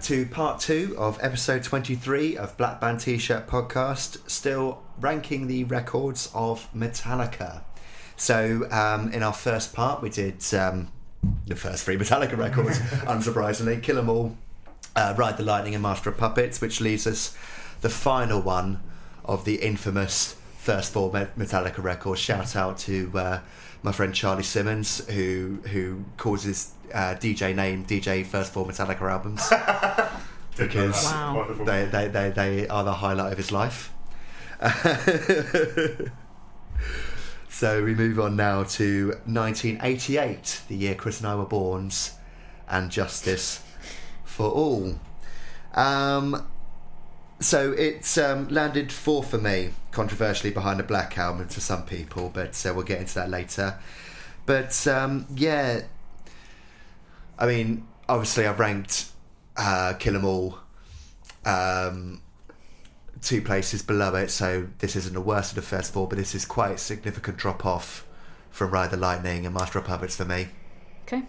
to part two of episode 23 of Black Band T shirt podcast, still ranking the records of Metallica. So, um, in our first part, we did um, the first three Metallica records, unsurprisingly Kill 'em All, uh, Ride the Lightning, and Master of Puppets, which leaves us the final one of the infamous first four Met- Metallica records. Shout out to uh, my friend Charlie Simmons, who who calls his uh, DJ name DJ First Four Metallica albums Didn't know Because- that. Wow. Wonderful. they, they, they, they are the highlight of his life. so we move on now to 1988, the year Chris and I were born, and Justice for All. Um, so it um, landed four for me, controversially behind the Black Album to some people, but uh, we'll get into that later. But um, yeah, I mean, obviously, I've ranked uh, Kill 'Em All um, two places below it, so this isn't the worst of the first four, but this is quite a significant drop off from Ride the Lightning and Master of Puppets for me. Okay.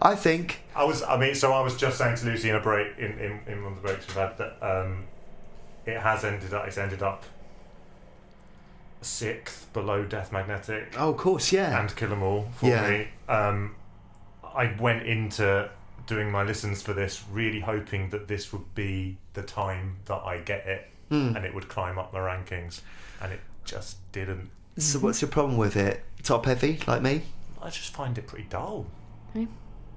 I think I was, I mean, so I was just saying to Lucy in a break, in, in, in one of the breaks we've had, that um, it has ended up, it's ended up sixth below Death Magnetic Oh, of course, yeah. and Kill 'Em All for Yeah. me. Um, I went into doing my listens for this really hoping that this would be the time that I get it Mm. Hmm. and it would climb up my rankings, and it just didn't. so, what's your problem with it? Top heavy, like me? I just find it pretty dull. Okay.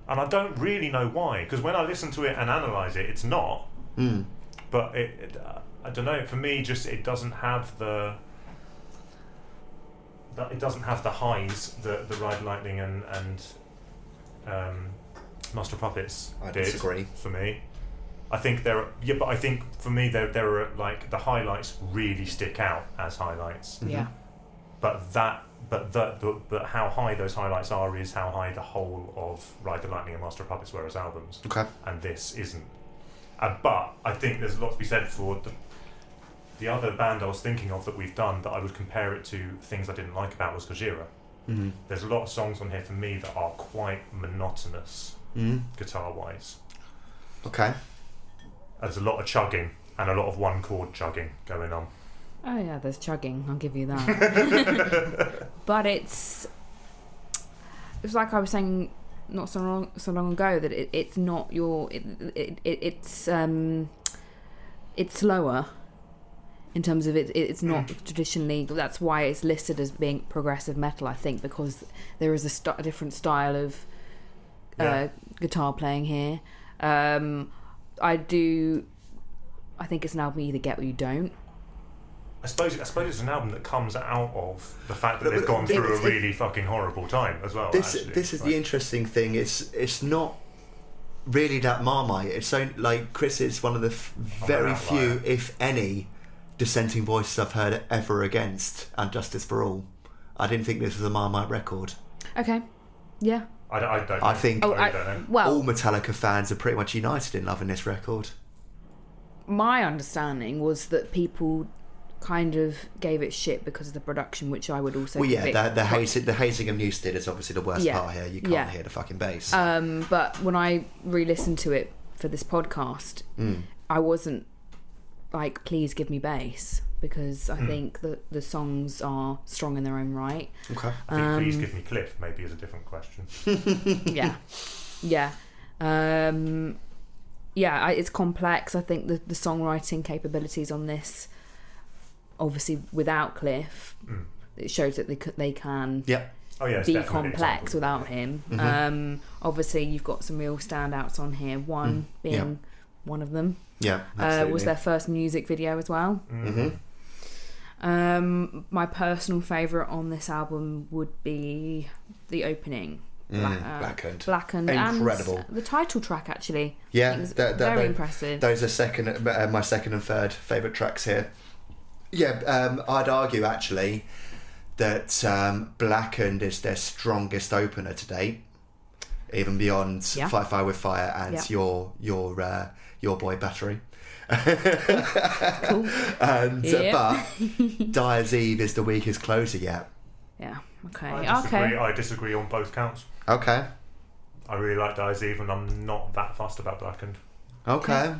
and I don't really know why. Because when I listen to it and analyze it, it's not. Mm. But it, it uh, I don't know. For me, just it doesn't have the. That it doesn't have the highs that the Ride Lightning and and um, Master of Puppets I did disagree. for me. I think there are yeah, but I think for me there there are like the highlights really stick out as highlights. Yeah. But that, but that, but, but how high those highlights are is how high the whole of Ride the Lightning and Master of Puppets were as albums, Okay. and this isn't. Uh, but I think there's a lot to be said for the, the other band I was thinking of that we've done that I would compare it to things I didn't like about was Gojira. Mm. There's a lot of songs on here for me that are quite monotonous Mm. guitar wise. Okay. There's a lot of chugging and a lot of one chord chugging going on. Oh yeah, there's chugging. I'll give you that. but it's it's like I was saying not so long so long ago that it, it's not your it, it, it it's um it's slower in terms of it, it it's not traditionally that's why it's listed as being progressive metal I think because there is a, st- a different style of uh, Yeah. guitar playing here. Um, I do. I think it's an album you either get or you don't. I suppose I suppose it's an album that comes out of the fact that But- they've but gone this- through a this- really fucking horrible time as well. This actually. this is Like- the interesting thing. It's it's not really that Marmite. It's so like Chris is one of the f- very few, outlier. if any, dissenting voices I've heard ever against and Justice for All. I didn't think this was a Marmite record. Okay. Yeah. I, don't- I don't. I know. think Oh, I I, don't know. well, all Metallica fans are pretty much united in loving this record. my understanding was that people kind of gave it shit because of the production, which I would also. Well, yeah, convict- the, the, hazing, the hazing of Newstead is obviously the worst Yeah. part here. You can't Yeah. hear the fucking bass. Um, but when I re-listened to it for this podcast, Mm. I wasn't like, "Please give me bass," because I Mm. think that the songs are strong in their own right. okay. I think um, please give me Cliff. Maybe is a different question. yeah yeah um yeah I, it's complex i think the, the songwriting capabilities on this obviously without cliff Mm. it shows that they, c- they can Yep. Oh yeah, it's be definitely an complex example. without him Mm-hmm. um obviously you've got some real standouts on here one being Mm. yeah. one of them Yeah. uh, Absolutely. was their first music video as well hmm um my personal favorite on this album would be the opening Mm-hmm. uh, Blackened. Blackened. Incredible. And the title track, actually. Yeah, It was that- that- very that- impressive. Those are second, uh, my second and third favourite tracks here. Yeah, um, I'd argue actually that um, Blackened is their strongest opener to date, even beyond Yeah. Fight Fire with Fire and Yeah. your your uh, your boy Battery. cool. And uh, Yeah. but Dyer's Eve is the weakest closer yet. Yeah. Okay. I disagree. Okay. I disagree on both counts. Okay. I really liked Eyes Eve, and I'm not that fussed about Blackened. Okay.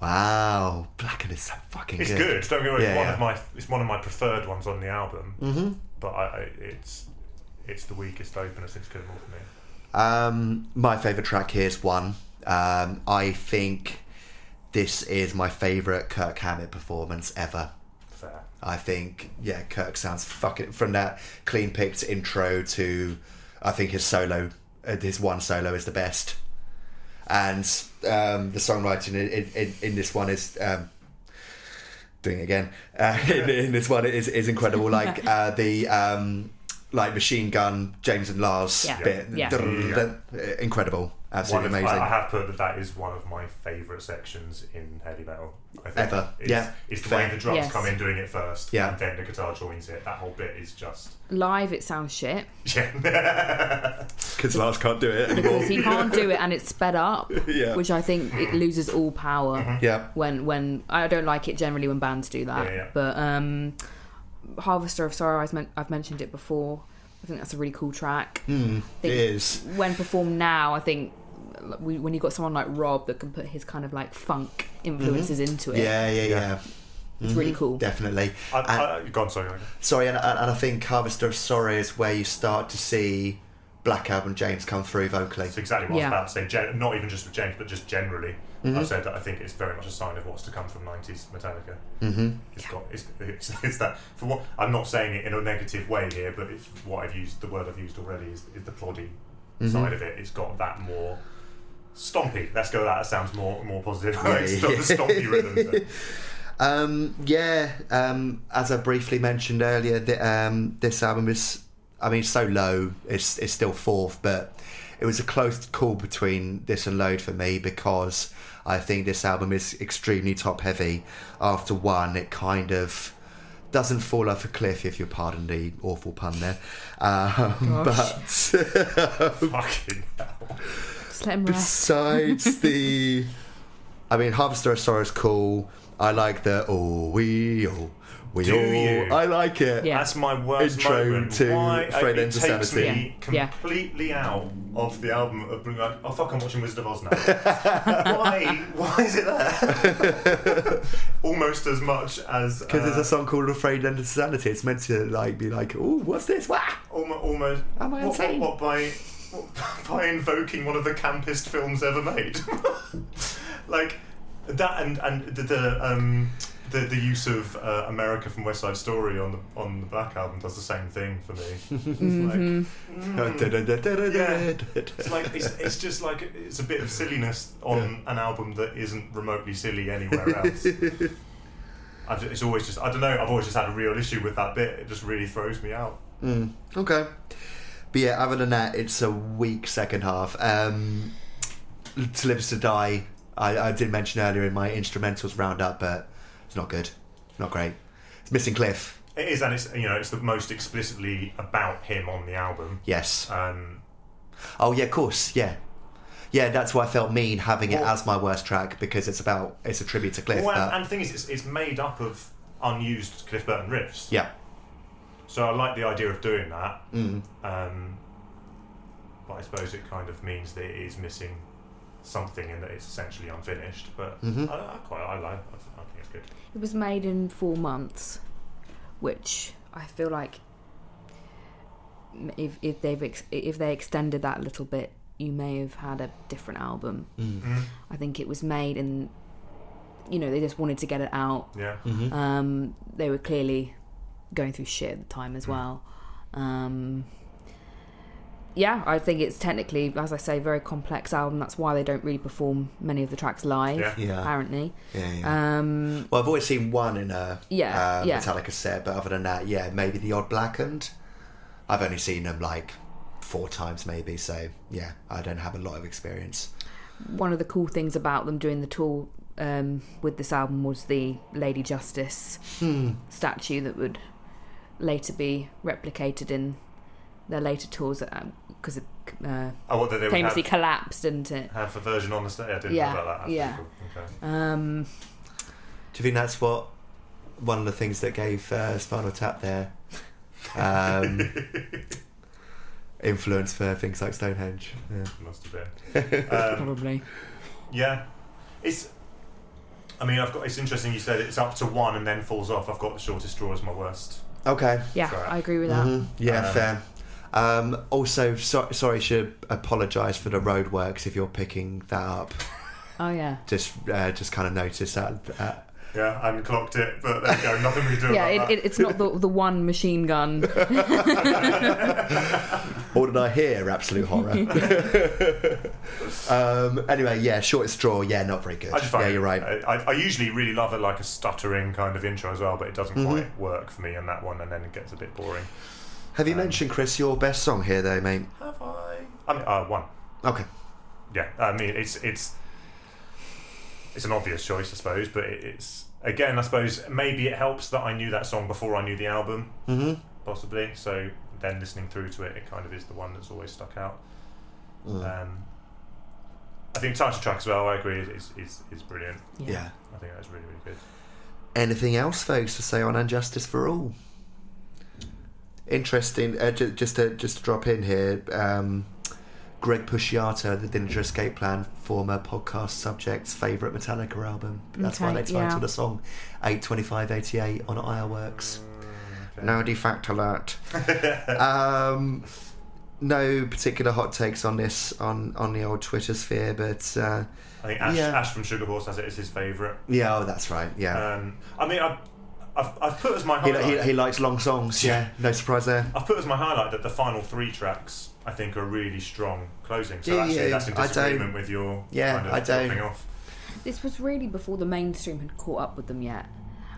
Wow, Blackened is so fucking It's good. good. Don't get me wrong. Yeah, it's one yeah. of my it's one of my preferred ones on the album, Mm-hmm. but I, I it's it's the weakest opener since Kilmore for me. Um, my favourite track here is one. Um, I think this is my favourite Kirk Hammett performance ever. Fair. I think, yeah, Kirk sounds fucking from that clean picked intro to, I think his solo, uh, his one solo is the best, and um, the songwriting in, in, in this one is um, doing it again. Uh, in, in this one is is incredible. Like uh, the um, like machine gun James and Lars Yeah. bit, Yeah. Drrrr, uh, incredible, absolutely One of- amazing. I, I have put that that is one of my favourite sections in heavy metal. I think Ever. It's, Yeah. It's the Fair. way the drums Yes. come in doing it first, Yeah. and then the guitar joins it. That whole bit is just Live, it sounds shit yeah. Because Lars can't do it because he can't do it, and it's sped up, yeah, Mm-hmm. which I think it loses all power. yeah, when when I don't like it generally when bands do that. Yeah, yeah. But um, Harvester of Sorrow, I've, men- I've mentioned it before. I think that's a really cool track. Mm, it Think- is. When performed now, I think like, we- when you got someone like Rob that can put his kind of like funk influences into it, Mm-hmm. Yeah, Mm-hmm. yeah, yeah. Yeah. it's really cool. Definitely. I, And- I, I, go on, sorry. Sorry, and, and and I think Harvester of Sorrow is where you start to see Black Album James come through vocally. That's exactly what Yeah. I was about to say. Gen- not even just with James, but just generally. I've said that I think it's very much a sign of what's to come from 90s Metallica. Mm-hmm. It's got, it's, it's, it's that. For what I'm not saying it in a negative way here, but it's what I've used. The word I've used already is, is the ploddy side of it. It's got that more stompy. Let's go. with That That sounds more more positive. it's got the stompy rhythm. to it. Um, yeah, um, as I briefly mentioned earlier, the, um, this album is, I mean, so low, it's, it's still fourth, but it was a close call between this and Load for me because I think this album is extremely top heavy. After one, it kind of doesn't fall off a cliff, if you pardon the awful pun there. Um, but Fucking hell. Just let him rest. besides the I mean Harvester of Sorrow's cool. I like the oh we oh we Do all you? I like it. Yeah. That's my worst Intro moment. to Why Fred it Ends of takes Sanity. me Yeah. completely out of the album of being like, oh fuck, I'm watching Wizard of Oz now. why? Why is it there? Almost as much as Because uh, there's a song called Afraid End of Sanity. It's meant to like be like, oh, what's this? Wah! almost, uh, almost Am I what, insane? What, what by what, by invoking one of the campest films ever made, like that, and and the, the um. The, the use of uh, America from West Side Story on the on the Black album does the same thing for me. It's Mm-hmm. like, Mm-hmm. Mm. It's like it's, it's just like it's a bit of silliness on an album that isn't remotely silly anywhere else. I ju- it's always just I don't know. I've always just had a real issue with that bit. It just really throws me out. Mm, okay. But yeah, other than that, it's a weak second half. Um, to Live Is to Die, I, I did mention earlier in my instrumentals roundup, but it's not good. Not great. It's Missing Cliff. It is, and it's you know it's the most explicitly about him on the album. Yes. Um, Oh yeah, of course, yeah, yeah. That's why I felt mean having it Well- as my worst track because it's about it's a tribute to Cliff. well, and, but- and the thing is, it's, it's made up of unused Cliff Burton riffs. yeah, So I like the idea of doing that, mm, um, but I suppose it kind of means that it is missing something and that it's essentially unfinished. But Mhm. I, I quite I like. I, I think it's good. It was made in four months, which I feel like if if they've ex- if they extended that a little bit, you may have had a different album. mm, I think it was made and you know they just wanted to get it out. Yeah. hmm Um, they were clearly going through shit at the time as well. Um, yeah, I think it's technically, as I say, very complex album. That's why they don't really perform many of the tracks live, Yeah. yeah, apparently. yeah. Ah. yeah. Um, well, I've always seen one in a Yeah, uh, yeah. Metallica set, but other than that, yeah, maybe the odd blackened. I've only seen them like four times, maybe. So yeah, I don't have a lot of experience. one of the cool things about them doing the tour um, with this album was the Lady Justice Hmm. statue that would later be replicated in their later tours because it uh, Oh, what that they would have, famously collapsed, didn't it? have a version on the stage. I didn't Yeah, know about that. That's yeah. cool. Okay. Um, Do you think that's what one of the things that gave uh, Spinal Tap their um, influence for things like Stonehenge. Yeah. Must have been. Um, probably. Yeah, it's. I mean, I've got. It's interesting you said it's up to one and then falls off. I've got the shortest straw as my worst. Okay. Yeah, Sorry. I agree with that. Mhm. Yeah, Um, fair. Um, also, so- sorry, should apologise for the roadworks if you're picking that up. Mm-hmm. Oh yeah. Just, uh, just kind of notice that. Uh, Yeah, I haven't clocked it, but there you go. Nothing we can do Yeah, about it, it, it's not the the one machine gun. or did I hear absolute horror? um, anyway, yeah, shortest straw. Yeah, not very good. that. I just find yeah, you're right. I, I- I usually really love it like a stuttering kind of intro as well, but it doesn't Mhm. quite work for me on that one, and then it gets a bit boring. Have you um, mentioned Chris your best song here though, mate? Have I? I mean, uh, one. Okay. yeah, I mean it's it's it's an obvious choice, I suppose, but it, it's again, I suppose maybe it helps that I knew that song before I knew the album, hmm possibly. So then listening through to it, it kind of is the one that's always stuck out. Mm. Um, I think title track as well. I agree, is is, is, is brilliant. yeah. I think that's really really good. Anything else, folks, to say on Injustice for All? Interesting. Uh, ju- just to just to drop in here, um, Greg Pusciato, the Dillinger Escape Plan, former podcast subject's favourite Metallica album. That's why Okay, they titled yeah. the song eight twenty five eighty eight on Ironworks. Mm, No defact alert. um, no particular hot takes on this on on the old Twitter sphere, but uh, I think Ash, Yeah. Ash from Sugar Horse has it as his favourite. yeah, oh, that's right. Yeah, Um, I mean, I, I've I've put as my he, highlight- he, he likes long songs. Uh, Yeah, no surprise there. I've put as my highlight that the final three tracks I think are really strong closing. So Yeah, actually, yeah, that's in I don't- disagreement with your Yeah, kind of I don't- dropping off. This was really before the mainstream had caught up with them yet.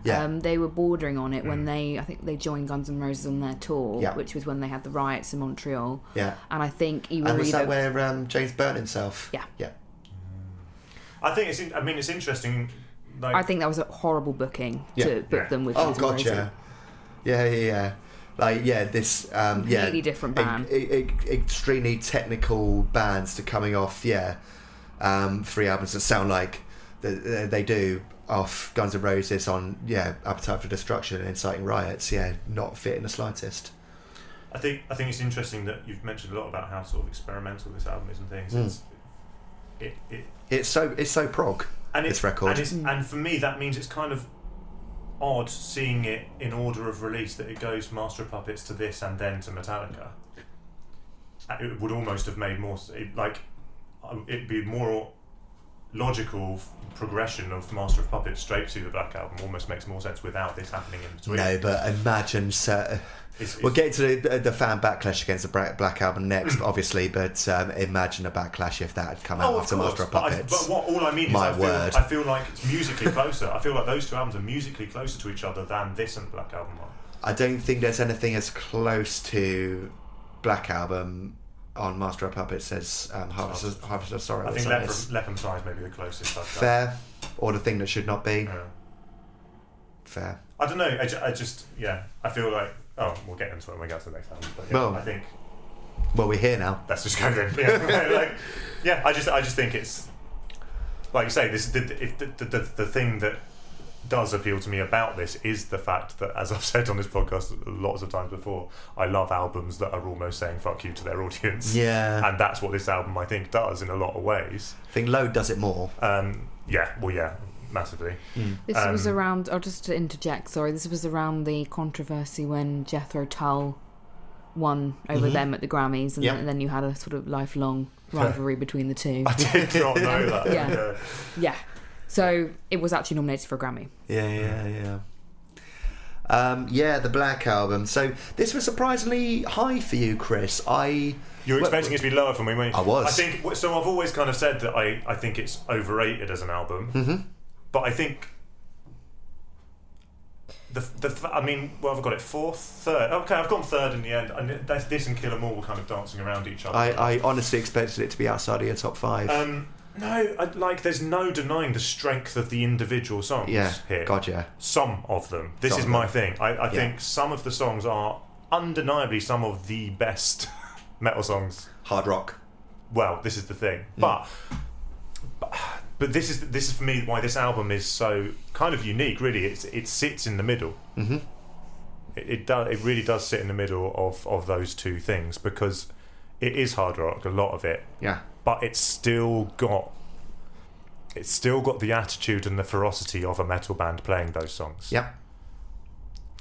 Yeah. Um, they were bordering on it Mm. when they, I think they joined Guns N' Roses on their tour, Yeah. which was when they had the riots in Montreal. Yeah. And I think you And were was that either where um, James burnt himself? Yeah. Yeah. I think it's. In, I mean, it's interesting. Like, I think that was a horrible booking Yeah. to book Yeah. them with. Oh, Guns N' God, Roses. yeah. Yeah, yeah, yeah. Like, yeah, this, um, yeah. Completely different band. E- e- e- extremely technical bands to coming off, yeah. Um, three albums that sound like th- th- they do off Guns N' Roses on, yeah, Appetite for Destruction and Inciting Riots, yeah, not fit in the slightest. I think. I think it's interesting that you've mentioned a lot about how sort of experimental this album is and things. Mm. It's, it, it, It's so, it's so prog. and This it's record. and, it's, Mm. and for me that means it's kind of odd seeing it in order of release that it goes Master of Puppets to this and then to Metallica Uh, it would almost have made more s- it, like uh, it'd be more logical f- progression of Master of Puppets straight to the Black Album almost makes more sense without this happening in between No, but imagine, cer- It's- We'll it's- get to the, the fan backlash against the Bra- Black Album next, obviously, but um, imagine a backlash if that had come out Oh, of after course. Master of but, I, Puppets. but what all I mean is, My I feel, word. I feel like it's musically closer. I feel like those two albums are musically closer to each other than this and Black Album are. I don't think there's anything as close to Black Album on Master of Puppets as um, Harvest, of, Harvest of Sorrow. I is think on Leopard, this. Leopard Size may be the closest I've done. Fair, or the thing that should not be. Yeah. Fair. I don't know. I, ju- I just, yeah, I feel like. Oh, we'll get into it when we get to the next album. But yeah, Well. I think Well, we're here now. that's just kind of yeah. like, yeah, I just, I just think it's like you say. This the, the- if the, the, the, the thing that does appeal to me about this is the fact that, as I've said on this podcast lots of times before, I love albums that are almost saying "fuck you" to their audience, Yeah, and that's what this album I think does in a lot of ways. I think Load does it more. Um, yeah, well, yeah, massively. This was Um, around. Oh, just to interject, sorry. This was around the controversy when Jethro Tull won over Mhm. them at the Grammys, and, Yep. then, and then you had a sort of lifelong rivalry between the two. I did not know that. Yeah. yeah. Yeah. So it was actually nominated for a Grammy. Yeah, yeah, yeah. Um, yeah, the Black Album. So this was surprisingly high for you, Chris. I. You were Well- expecting it to be lower for me, weren't you? I was. I think so. I've always kind of said that I, I think it's overrated as an album, Mhm. but I think the the f- I mean, well, I've got it fourth, third. Okay, I've gone third in the end. And that's this and Kill 'Em All were kind of dancing around each other. I, I honestly expected it to be outside of your top five. um, no, I, like there's no denying the strength of the individual songs yeah, here. God, yeah. Some of them. This Some is of my them. thing. I, I Yeah. think some of the songs are undeniably some of the best metal songs Hard rock. well, this is the thing. Mm. But, but but this is this is for me why this album is so kind of unique. Really, it's it sits in the middle. Mhm. It, it does. It really does sit in the middle of of those two things because It is hard rock, a lot of it, Yeah. but it's still got it's still got the attitude and the ferocity of a metal band playing those songs. Yep.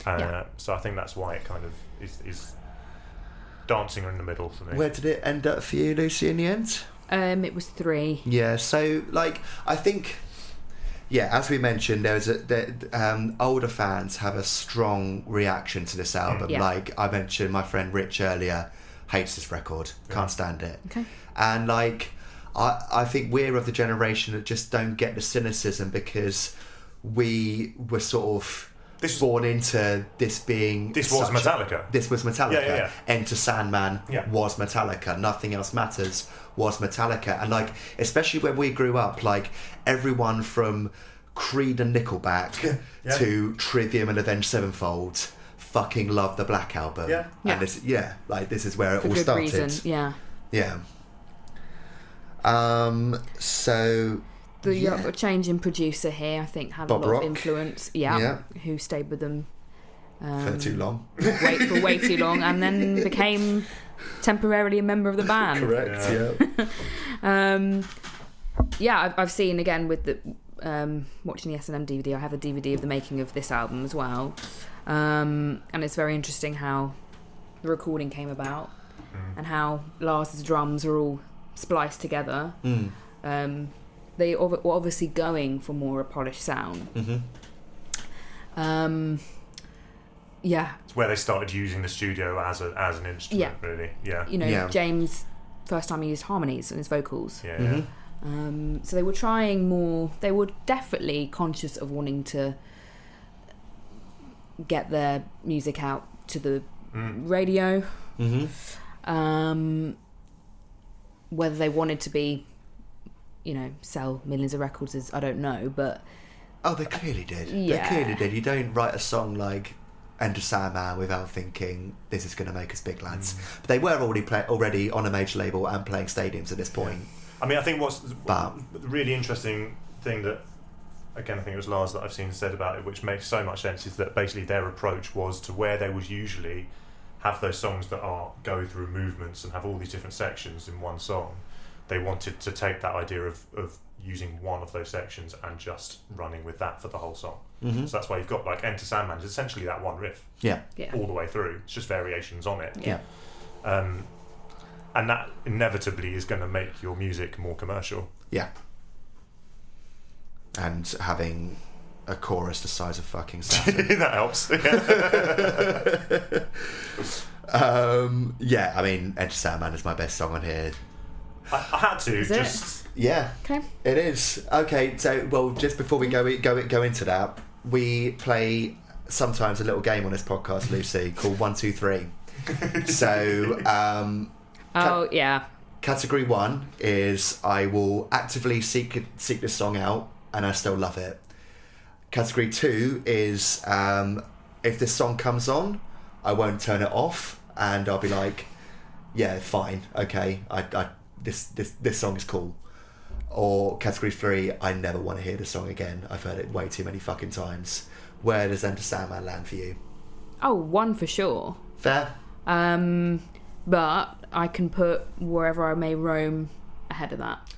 Uh, Yeah. So I think that's why it kind of is, is dancing in the middle for me. Where did it end up for you, Lucy, in the end? Um, it was three. Yeah, so like I think, yeah, as we mentioned, there's a there, um, older fans have a strong reaction to this album. Yeah. Like I mentioned, my friend Rich earlier hates this record, can't stand it, Okay. and like I I think we're of the generation that just don't get the cynicism because we were sort of. This- born into this being This was such a- Metallica. this was Metallica. Yeah, yeah, yeah. Enter Sandman Yeah. was Metallica. Nothing else matters was Metallica. And like, especially when we grew up, like everyone from Creed and Nickelback Yeah. to Trivium and Avenged Sevenfold fucking loved the Black Album. Yeah. Yeah. And this, yeah, like this is where it For all good started. reason. Yeah. Yeah. Um. So The Yeah. uh, change in producer here, I think, had Bob a lot Rock. of influence. Yeah, Yeah. Who stayed with them um, for too long. Way, for way too long and then became temporarily a member of the band. Correct. Yeah. yeah. Um, yeah, I've, I've seen again with the um, watching the S and M DVD. I have a DVD of the making of this album as well, um, and it's very interesting how the recording came about and how Lars's drums are all spliced together. Um, they ob- were obviously going for more a polished sound. Um, yeah, It's where they started using the studio as a, as an instrument, really. Yeah. you know, Yeah. James first time he used harmonies in his vocals. Yeah. Mhm. Um, so they were trying more. They were definitely conscious of wanting to get their music out to the Mm. radio. Mhm. Um, whether they wanted to be, you know, sell millions of records is I don't know, but Oh, they clearly did. Yeah. They clearly did. You don't write a song like "End of Sandman" without thinking this is going to make us big lads. But they were already play- already on a major label and playing stadiums at this point. I mean, I think what's But- the really interesting thing that, again, I think it was Lars that I've seen said about it, which makes so much sense, is that basically their approach was to where they would usually have those songs that are go through movements and have all these different sections in one song. They wanted to take that idea of, of using one of those sections and just running with that for the whole song. Mhm. So that's why you've got like Enter Sandman is essentially that one riff Yeah. yeah, all the way through. It's just variations on it. Yeah. Um, and that inevitably is going to make your music more commercial. Yeah. And having a chorus the size of fucking Saturn. that helps. Yeah. um, yeah, I mean, "End of Sandman" is my best song on here. I, I had to Is it? just Yeah, okay, It is okay. So, well, just before we go go go into that, we play sometimes a little game on this podcast, Lucy, called One Two Three. so, um, oh yeah, category one is I will actively seek seek this song out, and I still love it. Category two is um, if this song comes on, I won't turn it off, and I'll be like, yeah, fine, okay, I, I this this this song is cool. Or category three, I never want to hear this song again. I've heard it way too many fucking times. Where does Enter Sandman land for you? oh one for sure. Fair? Um, but I can put wherever I may roam ahead of that.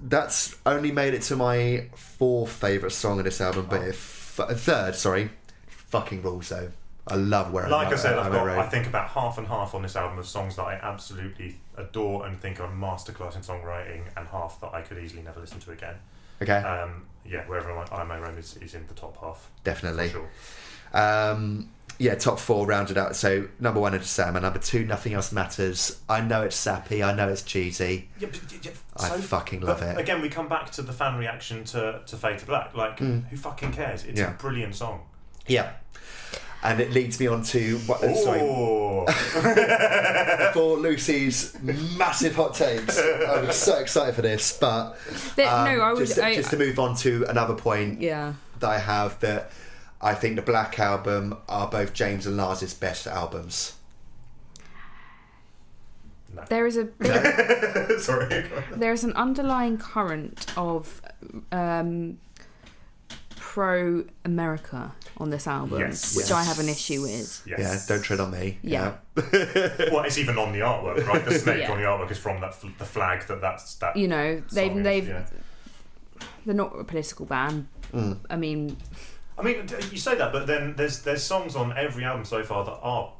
that's only made it to my fourth favorite song of this album, but if, third, sorry, fucking rules though. I love where like I'm I said, I've I'm got I think about half and half on this album of songs that I absolutely adore and think are masterclass in songwriting, and half that I could easily never listen to again. okay, Um, yeah, wherever I'm, I may roam is, is in the top half. definitely. Sure. Um, yeah, top four rounded out. So number one into Sam, and number two, nothing else matters. I know it's sappy. I know it's cheesy. Yeah, but, yeah, I so- fucking love but it. Again, we come back to the fan reaction to to Fade to Black. Like, who fucking cares? It's Mm. Yeah. a brilliant song. Yeah, and it leads me on to what? uh, Sorry, Oh. for Lucy's massive hot takes. I'm so excited for this, but There- um, no, I was just, I, just to move on to another point. yeah. that I have that I think the Black Album are both James and Lars's best albums. There is a Sorry. there is an underlying current of um, pro America on this album, Yes. which Yes. I have an issue with. Yes. Yeah, don't tread on me. Yeah. Well, it's even on the artwork, right? The snake Yeah. on the artwork is from that fl- the flag that that's that. You know, they've song is, they've yeah. they're not a political band. I mean, I mean, d- you say that, but then there's there's songs on every album so far that are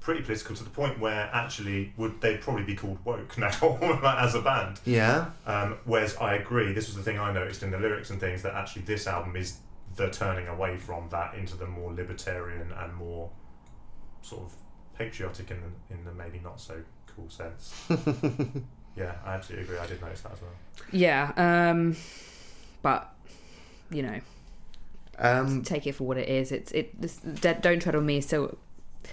pretty political to the point where actually would they probably be called woke now like, as a band. Yeah. Um, whereas I agree, this was the thing I noticed in the lyrics and things that actually this album is the turning away from that into the more libertarian and more sort of patriotic in the, in the maybe not so cool sense. yeah, I absolutely agree. I did notice that as well. yeah, um, but you know, Um, take it for what it is. It's it. This, De- Don't tread on me is still a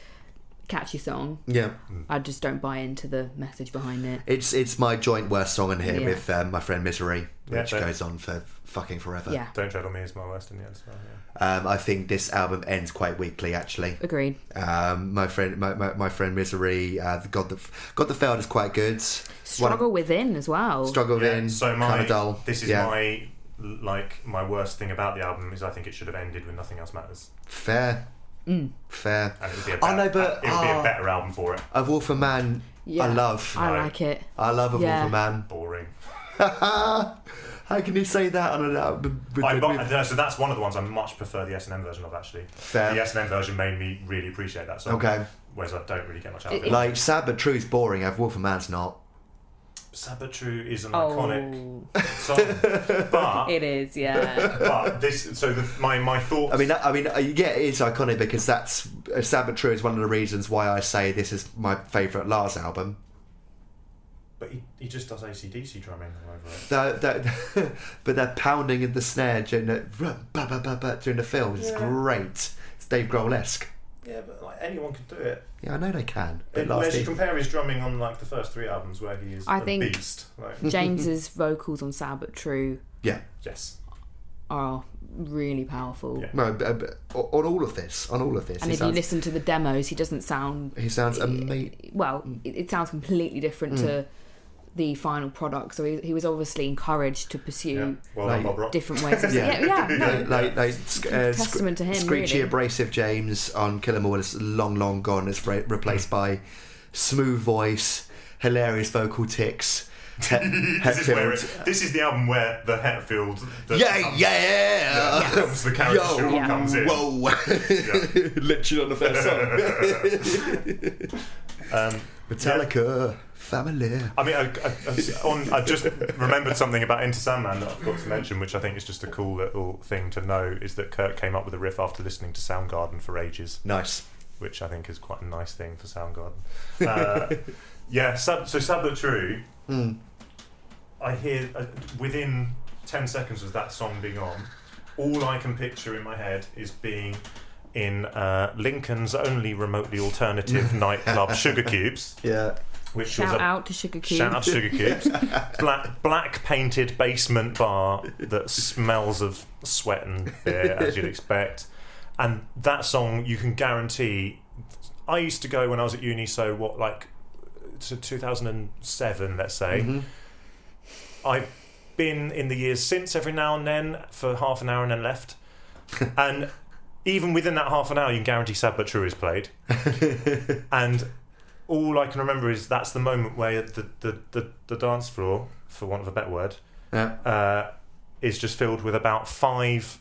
catchy song. yeah. I just don't buy into the message behind it. It's it's my joint worst song in here Yeah. with um, my friend Misery, Yeah, which but- goes on for fucking forever. Yeah, Don't tread on me is my worst in the end as well. Yeah. Um, I think this album ends quite weakly, actually. agreed. Um, my friend, my, my, my friend Misery, uh, the God that God that failed is quite good. Struggle within as well. struggle Yeah, in, so kind my of dull. this is yeah. my like my worst thing about the album is I think it should have ended when nothing else matters, fair, Mm. fair. and it would be a Oh, better, no, but- it would be oh. a better album for it. Of Wolf for Man, Yeah, I love, I, I No. like it. love of Yeah. Wolf for Man. Boring. How can you say that on uh, an album? with- I, with- mu- no, so that's one of the ones I much prefer the S and M version of actually. Fair. The S and M version made me really appreciate that song. Okay. Whereas I don't really get much out of It- it. it- like sad but true is boring. Of Wolf for Man's not. Sabatru is an iconic Oh, song, but it is. Yeah, but this so the, my my thoughts. I mean, that- I mean, uh, yeah, it is iconic because that's uh, sad but true is one of the reasons why I say this is my favourite Lars album. but he, he just does ACDC drumming all over it. That, that, but they're pounding in the snare during the, ba, ba, ba, ba, during the film. It's Yeah. great. It's Dave Grohl esque. Yeah, but like anyone could do it. Yeah, I know they can. But Unless last e- you compare his drumming on like the first three albums where he is I a think- beast. Like, James's vocals on "Sad but True" yeah, yes. are really powerful. Yeah. no, but, but on all of this, on all of this, And he if you sounds, listen to the demos, he doesn't sound he sounds amazing. well. It, it sounds completely different to the final product. So he, he was obviously encouraged to Yeah. pursue Well Like, done, Bob Rock. different ways. Of, Yeah. yeah, yeah, no, Like, like, like sc- uh, sc- Testament to him, screechy, really. abrasive James on Kill 'Em All is long, long gone. It's re- replaced by smooth voice, hilarious vocal ticks. He- this, is where it, Hetfield. this is the album where the Hetfield. The, Yeah, yeah, yeah. Comes, the caricature Yo. Yeah. comes in. Whoa! Literally on the first song. Um, Metallica, family. I mean, I, I, I, on, I just remembered something about Enter Sandman that I forgot to mention, which I think is just a cool little thing to know, is that Kurt came up with a riff after listening to Soundgarden for ages, Nice. which I think is quite a nice thing for Soundgarden. Uh, yeah, Sad, so Sad But True, Hmm. I hear uh, within 10 seconds of that song being on, all I can picture in my head is being in uh, Lincoln's only remotely alternative nightclub, Sugar Cubes, Yeah. which was Shout a out to Sugar Cube. Shout out Sugar Cubes. black, black painted basement bar that smells of sweat and beer, as you'd expect. And that song, you can guarantee. I used to go when I was at uni, so what, like to 2007, let's say. I've been in the years since every now and then for half an hour and then left. And even within that half an hour, you can guarantee Sad But True is played. Mm-hmm. and all I can remember is that's the moment where the, the, the, the dance floor, for want of a better word, Yeah. uh, is just filled with about five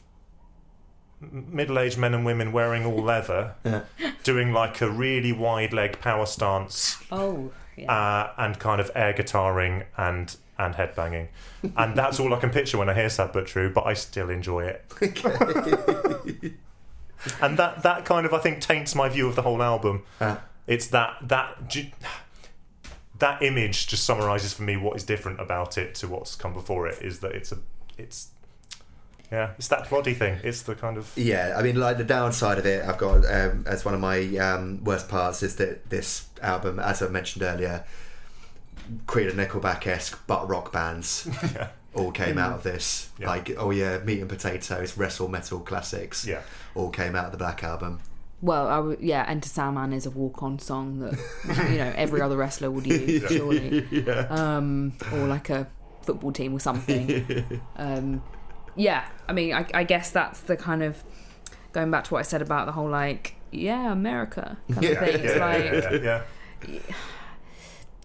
m- middle-aged men and women wearing all leather, Yeah. doing like a really wide leg power stance Oh, yeah. uh, and kind of air guitaring and and headbanging, and that's all I can picture when I hear Sad But True. But I still enjoy it, and that that kind of I think taints my view of the whole album. Uh, It's that that ju- that image just summarizes for me what is different about it to what's come before it is that it's a it's yeah it's that ploddy thing. It's the kind of yeah, I mean, like the downside of it, I've got um, as one of my um, worst parts is that this album, as I mentioned earlier, Creed and Nickelback esque but rock bands all came out of this. Mm-hmm. Yeah. Like, oh yeah, Meat and Potatoes, Wrestle Metal Classics, yeah all came out of the Black Album. Well, I w- yeah, Enter Sandman is a walk-on song that you know every other wrestler would use, surely, um, or like a football team or something. Um, yeah, I mean, I, I guess that's the kind of going back to what I said about the whole like, yeah, America kind of Yeah, thing. It's yeah, like, yeah, yeah.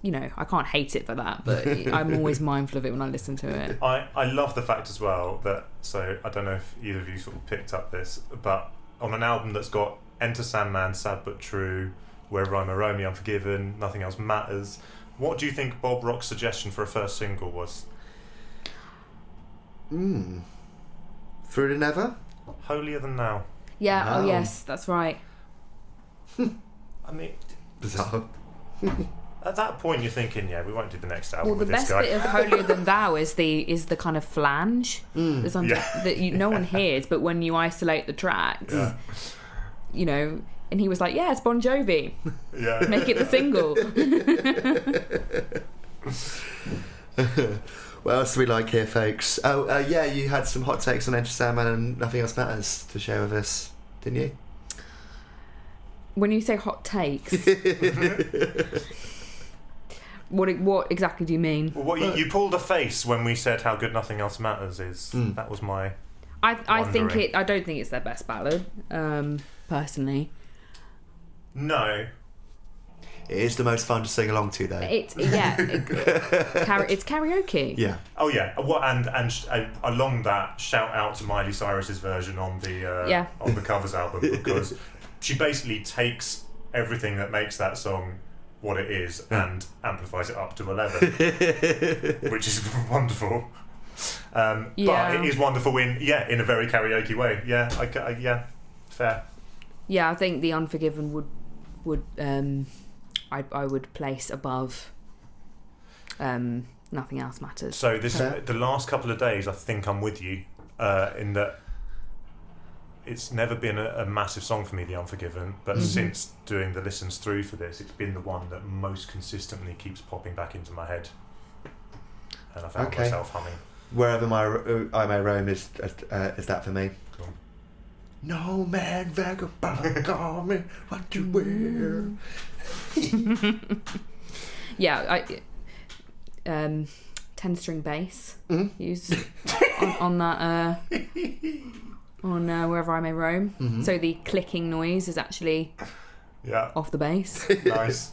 you know, I can't hate it for that, but I'm always mindful of it when I listen to it. I, I love the fact as well that so I don't know if either of you sort of picked up this, but on an album that's got Enter Sandman, Sad but True, Where Rhyme or Romeo, Unforgiven, Nothing Else Matters. What do you think Bob Rock's suggestion for a first single was? Mm. Through the never? Holier than now. Yeah, Wow. oh yes, that's right. I mean, Bizarre. at that point you're thinking, yeah, we won't do the next album Well, the with this best guy. bit of holier than thou is the is the kind of flange that's under, Mm. Yeah. that you, no one hears, but when you isolate the tracks, Yeah. you know. And he was like, "Yeah, it's Bon Jovi. yeah. Make it the single." What else do we like here, folks? Oh, uh, yeah, you had some hot takes on Enter Sandman and Nothing Else Matters to share with us, didn't you? when you say hot takes, what what exactly do you mean? Well, what you, you pulled a face when we said how good Nothing Else Matters is. That was my. I I think Wondering. it. I don't think it's their best ballad, um, personally. No. It is the most fun to sing along to, though. It's yeah, it, kara- it's karaoke. yeah. Oh yeah, Uh, what and and sh- uh, along that, shout out to Miley Cyrus's version on the uh, Yeah. on the covers album because she basically takes everything that makes that song what it is and amplifies it up to eleven, which is wonderful. Um, Yeah. But it is wonderful in yeah in a very karaoke way. Yeah, I, ca- I- yeah, fair. Yeah, I think the Unforgiven would would um, I I would place above. Um, nothing else matters. So this Fair. the last couple of days, I think I'm with you uh, in that it's never been a, a massive song for me, The Unforgiven. But since doing the listens through for this, it's been the one that most consistently keeps popping back into my head, and I found Okay. myself humming. Wherever my uh, I may roam is uh, is that for me. Cool. No man vagabond, call me what you wear. Yeah, I um, ten string bass Mm-hmm. used on, on that uh, on uh, wherever I may roam. Mm-hmm. So the clicking noise is actually Yeah, off the bass. nice.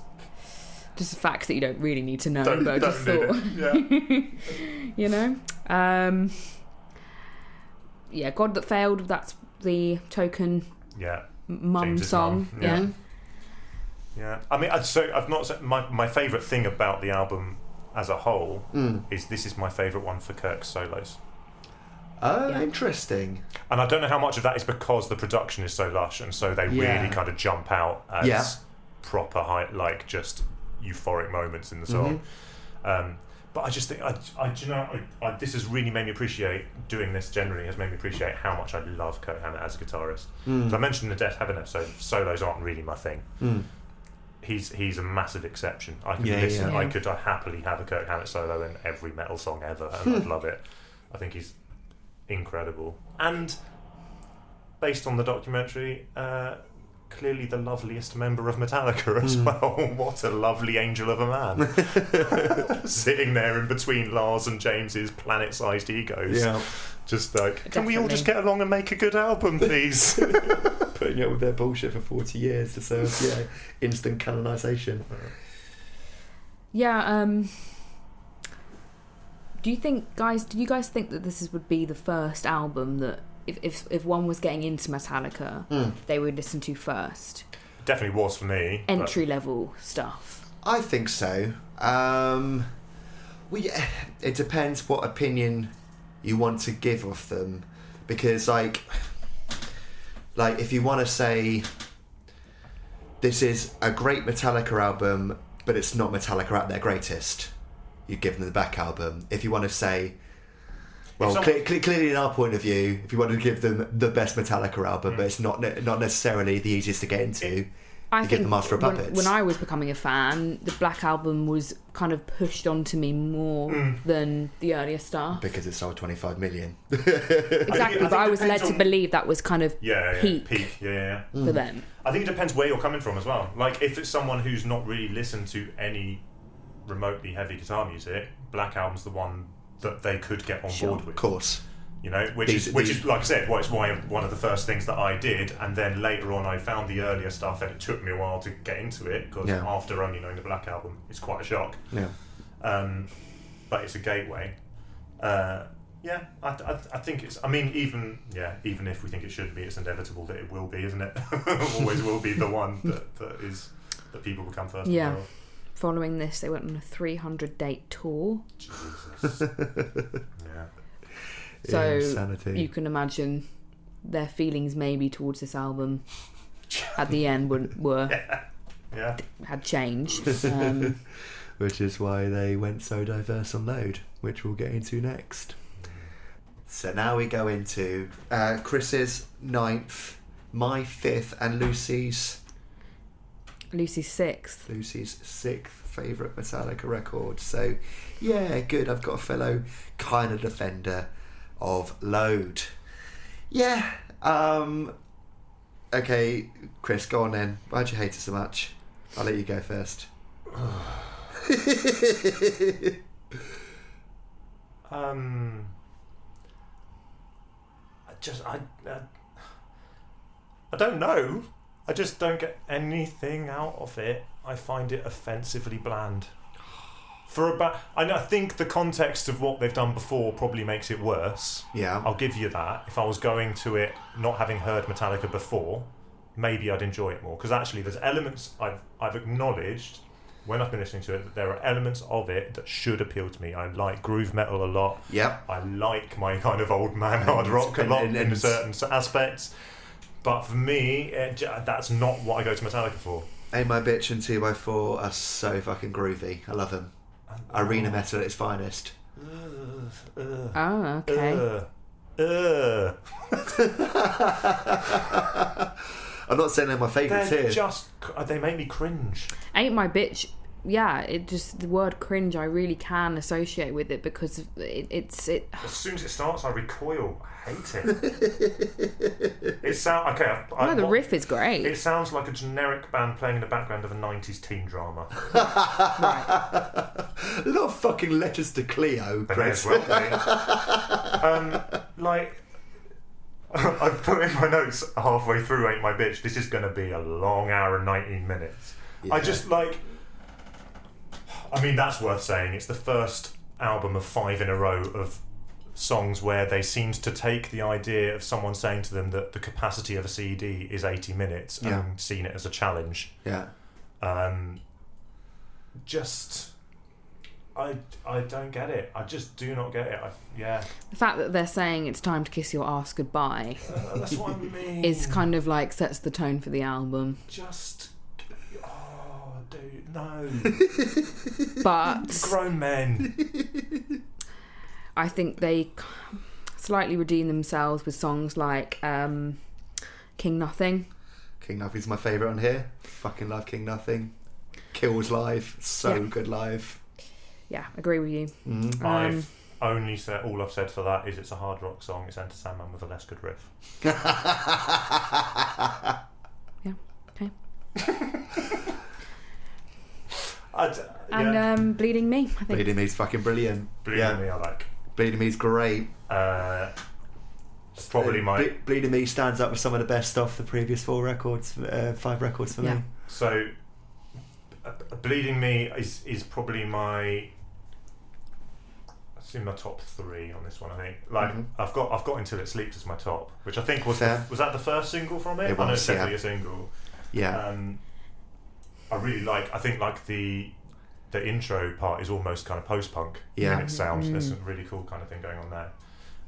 just facts that you don't really need to know, don't but I don't just need thought. it. Yeah. you know um yeah god that failed that's the token yeah. m- mum James's song mum, yeah. yeah. Yeah, I mean, I- so I've not. said- My my favorite thing about the album as a whole Hmm? is this is my favorite one for Kirk's solos. Oh, Yeah. interesting. And I don't know how much of that is because the production is so lush, and so they Yeah. really kind of jump out as Yeah. proper, high, like just euphoric moments in the Mm-hmm. song. Um, but I just think, I, I do you know, I, I, this has really made me appreciate doing this. Generally, has made me appreciate how much I love Kurt Hammett as a guitarist. Hmm. Mm. So I mentioned in the Death Heaven episode, solos aren't really my thing. He's he's a massive exception. I could Yeah, listen, yeah. I Yeah. could I happily have a Kurt Hammett solo in every metal song ever, and I'd love it. I think he's incredible. And based on the documentary, uh, clearly the loveliest member of Metallica as well. what a lovely angel of a man. Sitting there in between Lars and James's planet sized egos. Just like, can we all just get along and make a good album, please? Putting up with their bullshit for 40 years to serve, yeah, instant canonization. Yeah, um do you think guys do you guys think that this is, would be the first album that if, if if one was getting into metallica they would listen to first Definitely was for me. but- entry level stuff I think so. Um, well, yeah, it depends what opinion you want to give of them, because like, like if you want to say this is a great Metallica album, but it's not Metallica at their greatest, you give them the back album. If you want to say well, If cle- cle- clearly, in our point of view, if you want to give them the best Metallica album, but it's not ne- not necessarily the easiest to get into, I you give think the Master of when, Puppets. when I was becoming a fan, the Black Album was kind of pushed onto me more than the earlier stuff. because it sold 25 million. exactly. I think but I it was led depends to on- believe that was kind of Yeah, yeah, peak, peak. Yeah, yeah. for them. I think it depends where you're coming from as well. Like if it's someone who's not really listened to any remotely heavy guitar music, Black Album's the one that they could get on Sure. board with. course. you know, which These- is which these- is like I said, why it's why one of the first things that I did, and then later on I found the earlier stuff, and it took me a while to get into it because Yeah. after only knowing the Black Album, it's quite a shock. Yeah. Um, but it's a gateway. Uh, yeah, I, I, I think it's. I mean, even yeah, even if we think it should be, it's inevitable that it will be, isn't it? Always will be the one that, that is that people will come first. in the Yeah. world. Following this, they went on a 300 date tour. Jesus. yeah. So, Insanity. You can imagine their feelings maybe towards this album at the end were, were Yeah. had changed. Um, which is why they went so diverse on Load, which we'll get into next. So now we go into uh, Chris's ninth, my fifth, and Lucy's Lucy's sixth. Lucy's sixth favourite Metallica record. So yeah, good. I've got a fellow kind of defender of Load. Yeah. Um. Okay, Chris, go on then. Why'd you hate it so much? I'll let you go first. Um, I just I, I I don't know. I just don't get anything out of it. I find it offensively bland. For about, and I think the context of what they've done before probably makes it worse. Yeah. I'll give you that. If I was going to it not having heard Metallica before, maybe I'd enjoy it more. Because actually, there's elements I've I've acknowledged when I've been listening to it that there are elements of it that should appeal to me. I like groove metal a lot. Yep. I like my kind of old man hard rock a and- lot and- in and- certain s- aspects. But for me, it, j- that's not what I go to Metallica for. A my bitch and two by four are so fucking groovy. I love them. Arena metal at its finest. Ugh, ugh, Oh, okay. ugh, ugh. I'm not saying they're my favourites They're here. just, cr- they make me cringe. Ain't my bitch. Yeah, it just the word cringe. I really can associate with it because it, it's it. As soon as it starts, I recoil. I hate it. it sounds okay. I, I, Oh, the what- riff is great. It sounds like a generic band playing in the background of a '90s teen drama. right. they're not fucking letters to Cleo, They may as Chris. well be. um, like. I've put in my notes halfway through Ain't My Bitch. This is going to be a long hour and 19 minutes. I just like. I mean, that's worth saying. It's the first album of five in a row of songs where they seemed to take the idea of someone saying to them that the capacity of a CD is 80 minutes Yeah. and seen it as a challenge Yeah. um, just I I don't get it. I just do not get it. I, yeah, The fact that they're saying it's time to kiss your ass goodbye Uh, that's what I mean. is kind of like sets the tone for the album. just oh, dude, no, But grown men. I think they slightly redeem themselves with songs like um, King Nothing. King Nothing's my favourite on here. Fucking love King Nothing. Kills live. So Yeah. good live. Yeah, agree with you. Mm. I've only said all I've said for that is it's a hard rock song. It's Enter Sandman with a less good riff. Yeah, okay. I d- And yeah, um, Bleeding Me, I think. Bleeding Me's fucking brilliant. Bleeding yeah. me, I like. Bleeding Me's great. Uh, it's probably Uh, my Ble- Bleeding Me stands up with some of the best off the previous four records, uh, five records for Yeah. me. So, uh, bleeding me is is probably my. That's in my top three on this one. I think. Like Mhm. I've got I've got until it sleeps as my top, which I think was Fair. was that the first single from it. It I know was, it's definitely yeah. a single. Yeah. Um, I really like. I think like the the intro part is almost kind of post punk. Yeah. in its sound. There's some really cool kind of thing going on there.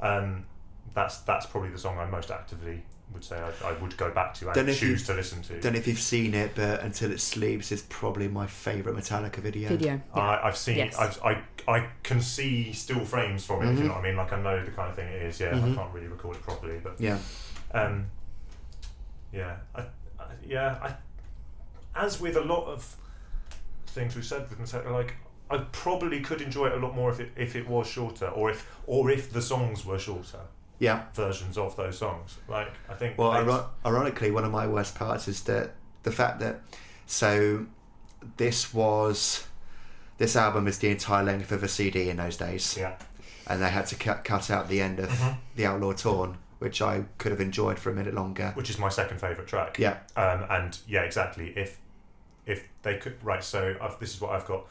Um, that's that's probably the song I most actively would say I, I would go back to Don't know and if you- choose to listen to. Don't know if you've seen it, but Until It Sleeps is probably my favourite Metallica video. Video. Yeah. I, I've seen. Yes. I've, I I can see still frames from it. Mhm. If you know what I mean? Like I know the kind of thing it is. Yeah, Mhm. I can't really record it properly, but Yeah. um, yeah, I, I, yeah. I, as with a lot of things we've said with Metallica, like I probably could enjoy it a lot more if it if it was shorter, or if or if the songs were shorter Yeah. versions of those songs. Like I think. Well, they- iron- ironically, one of my worst parts is that the fact that so this was this album is the entire length of a CD in those days. yeah, and they had to cut, cut out the end of the Outlaw Torn, which I could have enjoyed for a minute longer. which is my second favorite track. Yeah, Um, and yeah, exactly. If if they could right, so I've, this is what I've got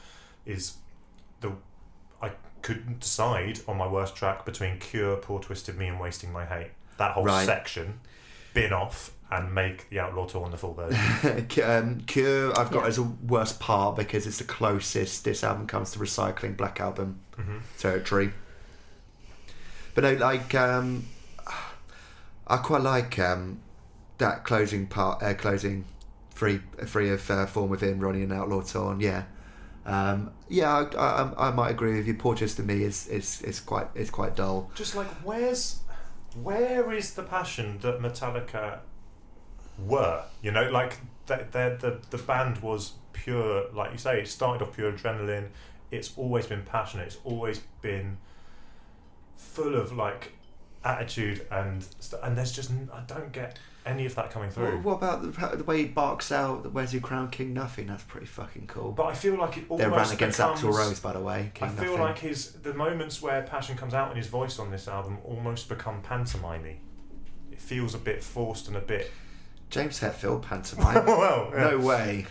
is the I couldn't decide on my worst track between Cure, Poor Twisted Me, and Wasting My Hate. That whole Right. section, bin off and make the Outlaw Tour on the full version. um, Cure I've got Yeah. as a worst part because it's the closest this album comes to recycling Black Album Mm-hmm. territory. But no, like um, I quite like um, that closing part, uh, closing free free of uh, form within Ronnie and Outlaw Torn. Yeah, um, yeah, I, I, I might agree with you. Portraits to me is is, is quite is quite dull. just like where's where is the passion that Metallica were? You know, like the the the, the band was pure, like you say, it started off pure adrenaline. It's always been passionate. It's always been full of like attitude and st- and there's just n- I don't get any of that coming What, through. what about the, the way he barks out? Where's your crown, King? Nothing. That's pretty fucking cool. But I feel like it almost they ran against becomes, Axel Rose, by the way. King I feel Nothing. like his the moments where passion comes out in his voice on this album almost become pantomimey. It feels a bit forced and a bit James Hetfield pantomime. well, yeah. no way.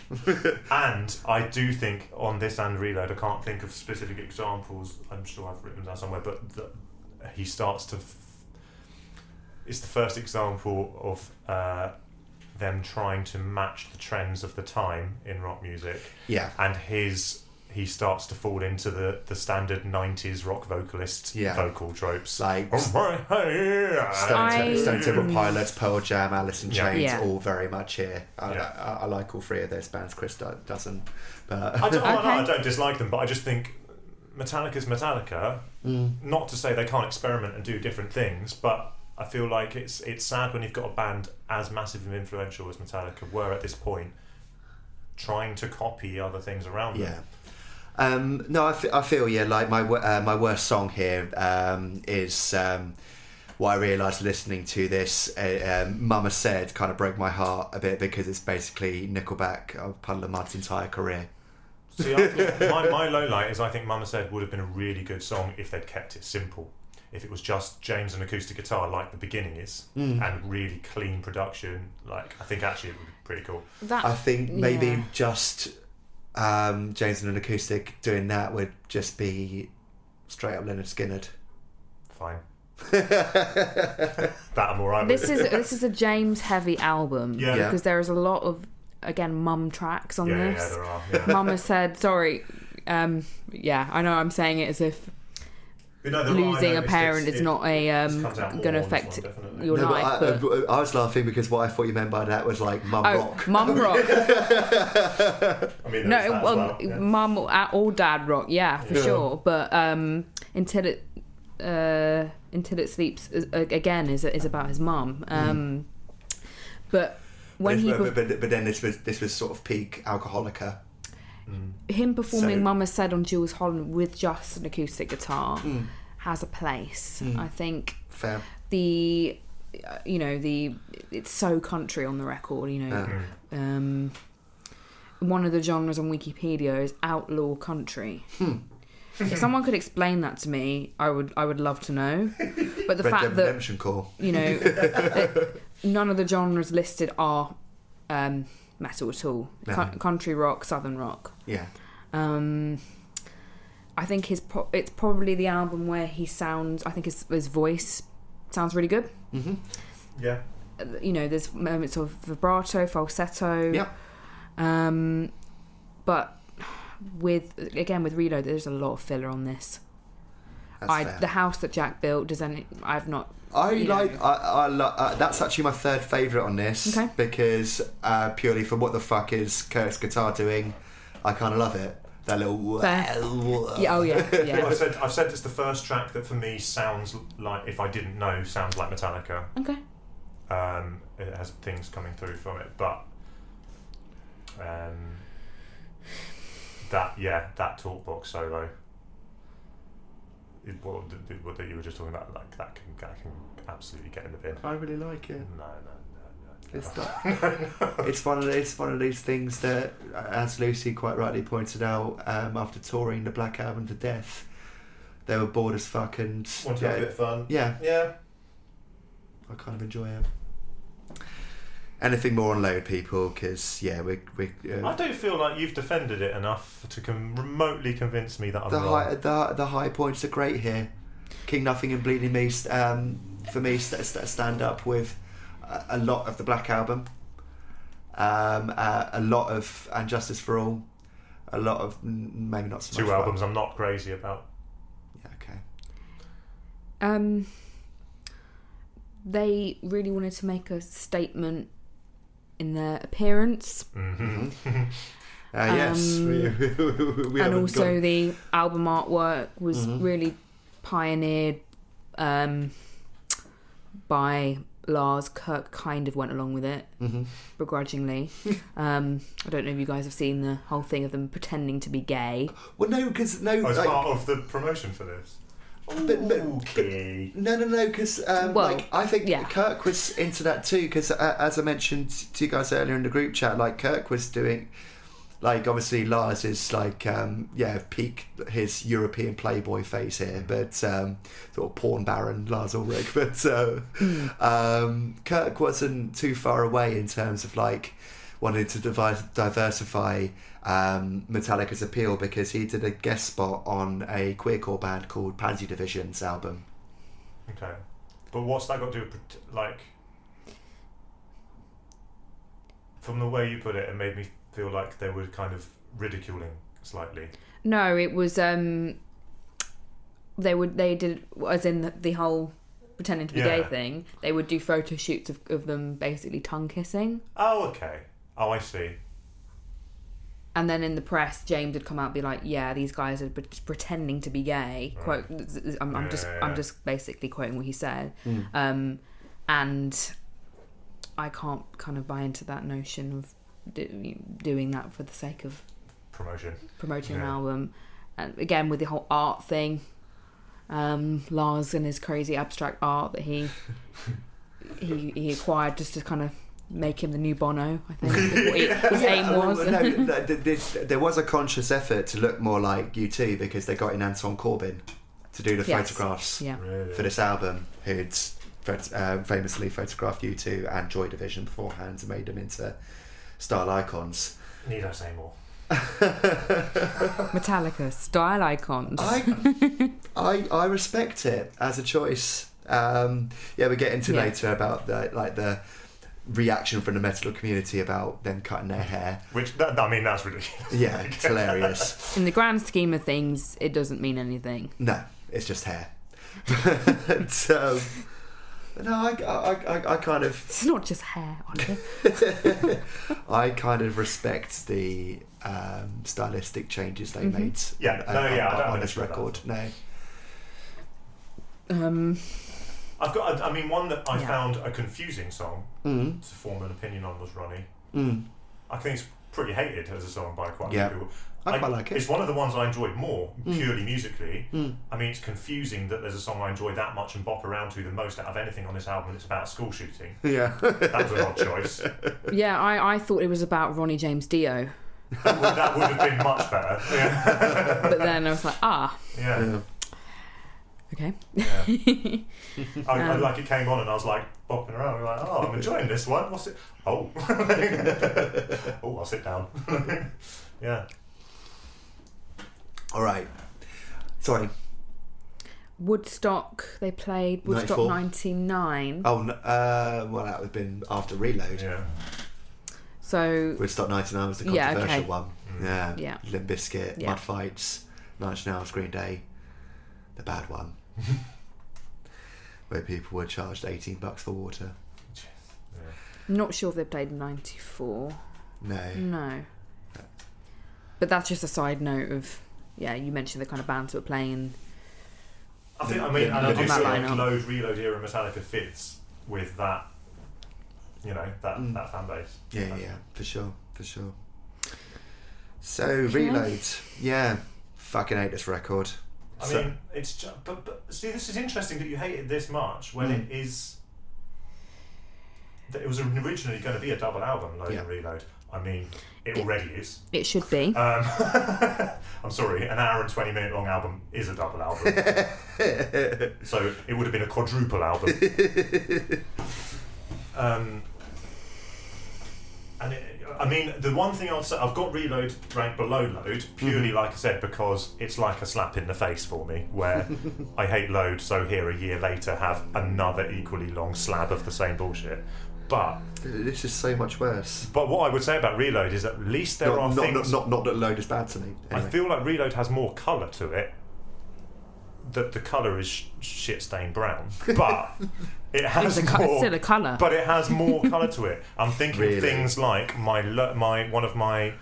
And I do think on this and Reload, I can't think of specific examples. I'm sure I've written them down somewhere, but the, he starts to. F- it's the first example of uh, them trying to match the trends of the time in rock music, Yeah, and his he starts to fall into the, the standard '90s rock vocalist Yeah. vocal tropes. like Stone, I, Mm. Tem- I- Stone Temple Pilots, Pearl Jam, Alice in Yeah. Chains, Yeah. all very much here. I, Yeah. I, I like all three of those bands. Chris do- doesn't, but I, don't, oh, no, Okay. I don't dislike them, but I just think Metallica's Metallica. Mm. not to say they can't experiment and do different things, but I feel like it's it's sad when you've got a band as massive and influential as Metallica were at this point, trying to copy other things around yeah. them. Um, no, I, f- I feel yeah. Like my wo- uh, my worst song here um, is um, what I realised listening to this. Uh, um, Mama said kind of broke my heart a bit because it's basically Nickelback, uh, Puddle of Mud's entire career. See, I, think my my low light is I think Mama Said would have been a really good song if they'd kept it simple, if it was just James and acoustic guitar like the beginning is, and really clean production. Like I think actually it would be pretty cool. That I think maybe yeah. just um, James and an acoustic doing that would just be straight up Leonard Skinnerd. Fine, that I'm alright with. this is this is a James heavy album Yeah. Yeah. because there is a lot of again mum tracks on yeah, yeah, this. there are. Yeah. Mama said sorry. Um, yeah, I know I'm saying it as if But no, there are, I losing a noticed parent it's- is it- not a um, comes out more going to on this affect one, definitely. your No, but life. I, But, I was laughing because what I thought you meant by that was like mum oh, rock. mum rock. I mean, there's no, that as well, well, yeah. mum or, uh, or dad rock, yeah, for Yeah. sure. But um, until it uh, until it sleeps is- again is is about his mum. Mm-hmm. Um, But when he but, perf- but, but then this was this was sort of peak alcoholica. him performing so- Mama said on Jules Holland with just an acoustic guitar Mm. has a place. I think Fair. the uh, you know the it's so country on the record you know um one of the genres on wikipedia is outlaw country Hmm. if someone could explain that to me i would i would love to know but Red the Dead fact that Redemption Core. you know that none of the genres listed are um metal at all Con- No. country rock southern rock Yeah. um, I think his pro- it's probably the album where he sounds. I think his his voice sounds really good. yeah. Uh, You know, there's moments of vibrato, falsetto. Yeah. Um, but with again with Reload, there's a lot of filler on this. That's I fair. the house that Jack built. Does any? I've not. I you know. like. I, I li- uh, That's actually my third favourite on this Okay. because uh, purely for what the fuck is Kurt's guitar doing, I kind of love it. That little. Fair. Yeah, oh yeah, Well, yeah. I've said I've said it's the first track that for me sounds like if I didn't know sounds like Metallica. okay. Um, it has things coming through from it, but um, that yeah, that talk box solo. It, what, th- th- what that you were just talking about, like that can that can absolutely get in the bin. I really like it. No, no, no, no. It's not- it's one of it's one of these things that, as Lucy quite rightly pointed out, um, after touring the Black Album to death, they were bored as fuck and Want to have a yeah, bit of fun? yeah, Yeah. I kind of enjoy it. Anything more on load people? Because yeah, we're we're I uh, don't feel like you've defended it enough to com- remotely convince me that I'm the wrong. high the the high points are great here. King Nothing and Bleeding Me st- um, for me st- st- stand up with a, a lot of the Black Album, um, uh, a lot of And Justice for All, a lot of mm, maybe not so Two much but- albums I'm not crazy about. Yeah, okay. Um, they really wanted to make a statement in their appearance hmm Uh, yes, Um, we, we, and haven't Mm-hmm. also gone- the album artwork was really pioneered um, by Lars Kirk kind of went along with it Mhm. begrudgingly um, I don't know if you guys have seen the whole thing of them pretending to be gay Well, no, because no, As like, part of the promotion for this. But- but- okay. no, no, no, because um, Well, like I think yeah. Kirk was into that too. Because uh, as I mentioned to you guys earlier in the group chat, like Kirk was doing, like obviously Lars is like um, yeah peak his European playboy phase here, but um, sort of porn baron Lars Ulrich. But uh, Mm. um, Kirk wasn't too far away in terms of like wanting to devi- diversify um, Metallica's appeal because he did a guest spot on a queercore band called Pansy Division's album. Okay. But what's that got to do with, pret- like, from the way you put it, it made me feel like they were kind of ridiculing slightly. No, it was um they would they did as in the, the whole pretending to be gay Yeah. thing. They would do photo shoots of, of them basically tongue kissing, Oh, okay. Oh, I see. and then in the press, James would come out and be like, "Yeah, these guys are pre- pretending to be gay." Quote. I'm, I'm Yeah, just yeah, yeah. Hmm. I'm just basically quoting what he said, um, and I can't kind of buy into that notion of do, doing that for the sake of Promotion. promoting an Yeah. album. And again, with the whole art thing, um, Lars and his crazy abstract art that he he, he acquired just to kind of make him the new Bono. I think is what he- his aim well, was. no, th- th- this- there was a conscious effort to look more like U2 because they got in Anton Corbin to do the Yes. photographs yeah, Really? for this album, who'd phot- uh, famously photographed U2 and Joy Division beforehand and made them into style icons. Need I say more? Metallica style icons. I, I, I respect it as a choice. Um, yeah, we're getting to Yeah. later about the like the reaction from the metal community about them cutting their hair. Which, that, I mean, that's ridiculous. Yeah, it's hilarious. In the grand scheme of things, it doesn't mean anything. No, it's just hair. but, um, no, I, I, I, I kind of It's not just hair on it. I kind of respect the um, stylistic changes they Mhm. made. Yeah, on- no, on- yeah, I on, don't this understand that. record. No, Um, I've got, I, I mean, one that I Yeah. found a confusing song mm, to form an opinion on was Ronnie. mm. I think it's pretty hated as a song by quite Yeah. a few people. I quite like it. It's one of the ones I enjoyed more, Mm. purely musically. Mm. I mean, it's confusing that there's a song I enjoy that much and bop around to the most out of anything on this album that's about a school shooting. Yeah, That was an odd choice. yeah, I, I thought it was about Ronnie James Dio, That would, that would have been much better. Yeah. but then I was like, ah, yeah. Yeah. okay. Yeah. I, I, Um, like it came on and I was like bopping around. I'm like, oh, I'm enjoying this one. What's it? Oh, oh, I'll sit down. yeah, All right. Sorry. Woodstock, they played Woodstock 94. 99. Ah. Oh, n- uh, well, that would have been after Reload. yeah. So Woodstock 99 was the Yeah, controversial okay. one. Mm. Yeah. Yeah. Limp Bizkit, Yeah. Mud Fights, Nine Inch Nails, Green Day, the bad one. Where people were charged 18 bucks for water. yeah. not sure if they played '94. No. No, but that's just a side note of yeah. You mentioned the kind of bands that were playing. and I think I mean, and I On do that feel like lineup. load reload era Metallica fits with that. You know that Mm. that fan base. Yeah, yeah, yeah, for sure, for sure. So, Reload. Yeah. Fucking hate this record. I So- mean, it's ju- but, but see, this is interesting that you hate it this much when Mm. it is it was originally going to be a double album, Load Yeah. and Reload. I mean, it It- already is. It should be. Um, I'm sorry, an hour and 20 minute long album is a double album. so it would have been a quadruple album. um, and it, I mean, the one thing I'll say, I've got Reload ranked below Load Mhm. purely, like I said, because it's like a slap in the face for me, where I hate Load, so here a year later have another equally long slab of the same bullshit. But This is so much worse. but what I would say about Reload is at least there Not, are not, things. not, not, not that load is bad to me. Anyway. I feel like Reload has more colour to it. That the colour is sh- shit stained brown, but it has It's, a, co- it's more. still a colour. but it has more colour to it. I'm thinking Really? things like my lo- my one of my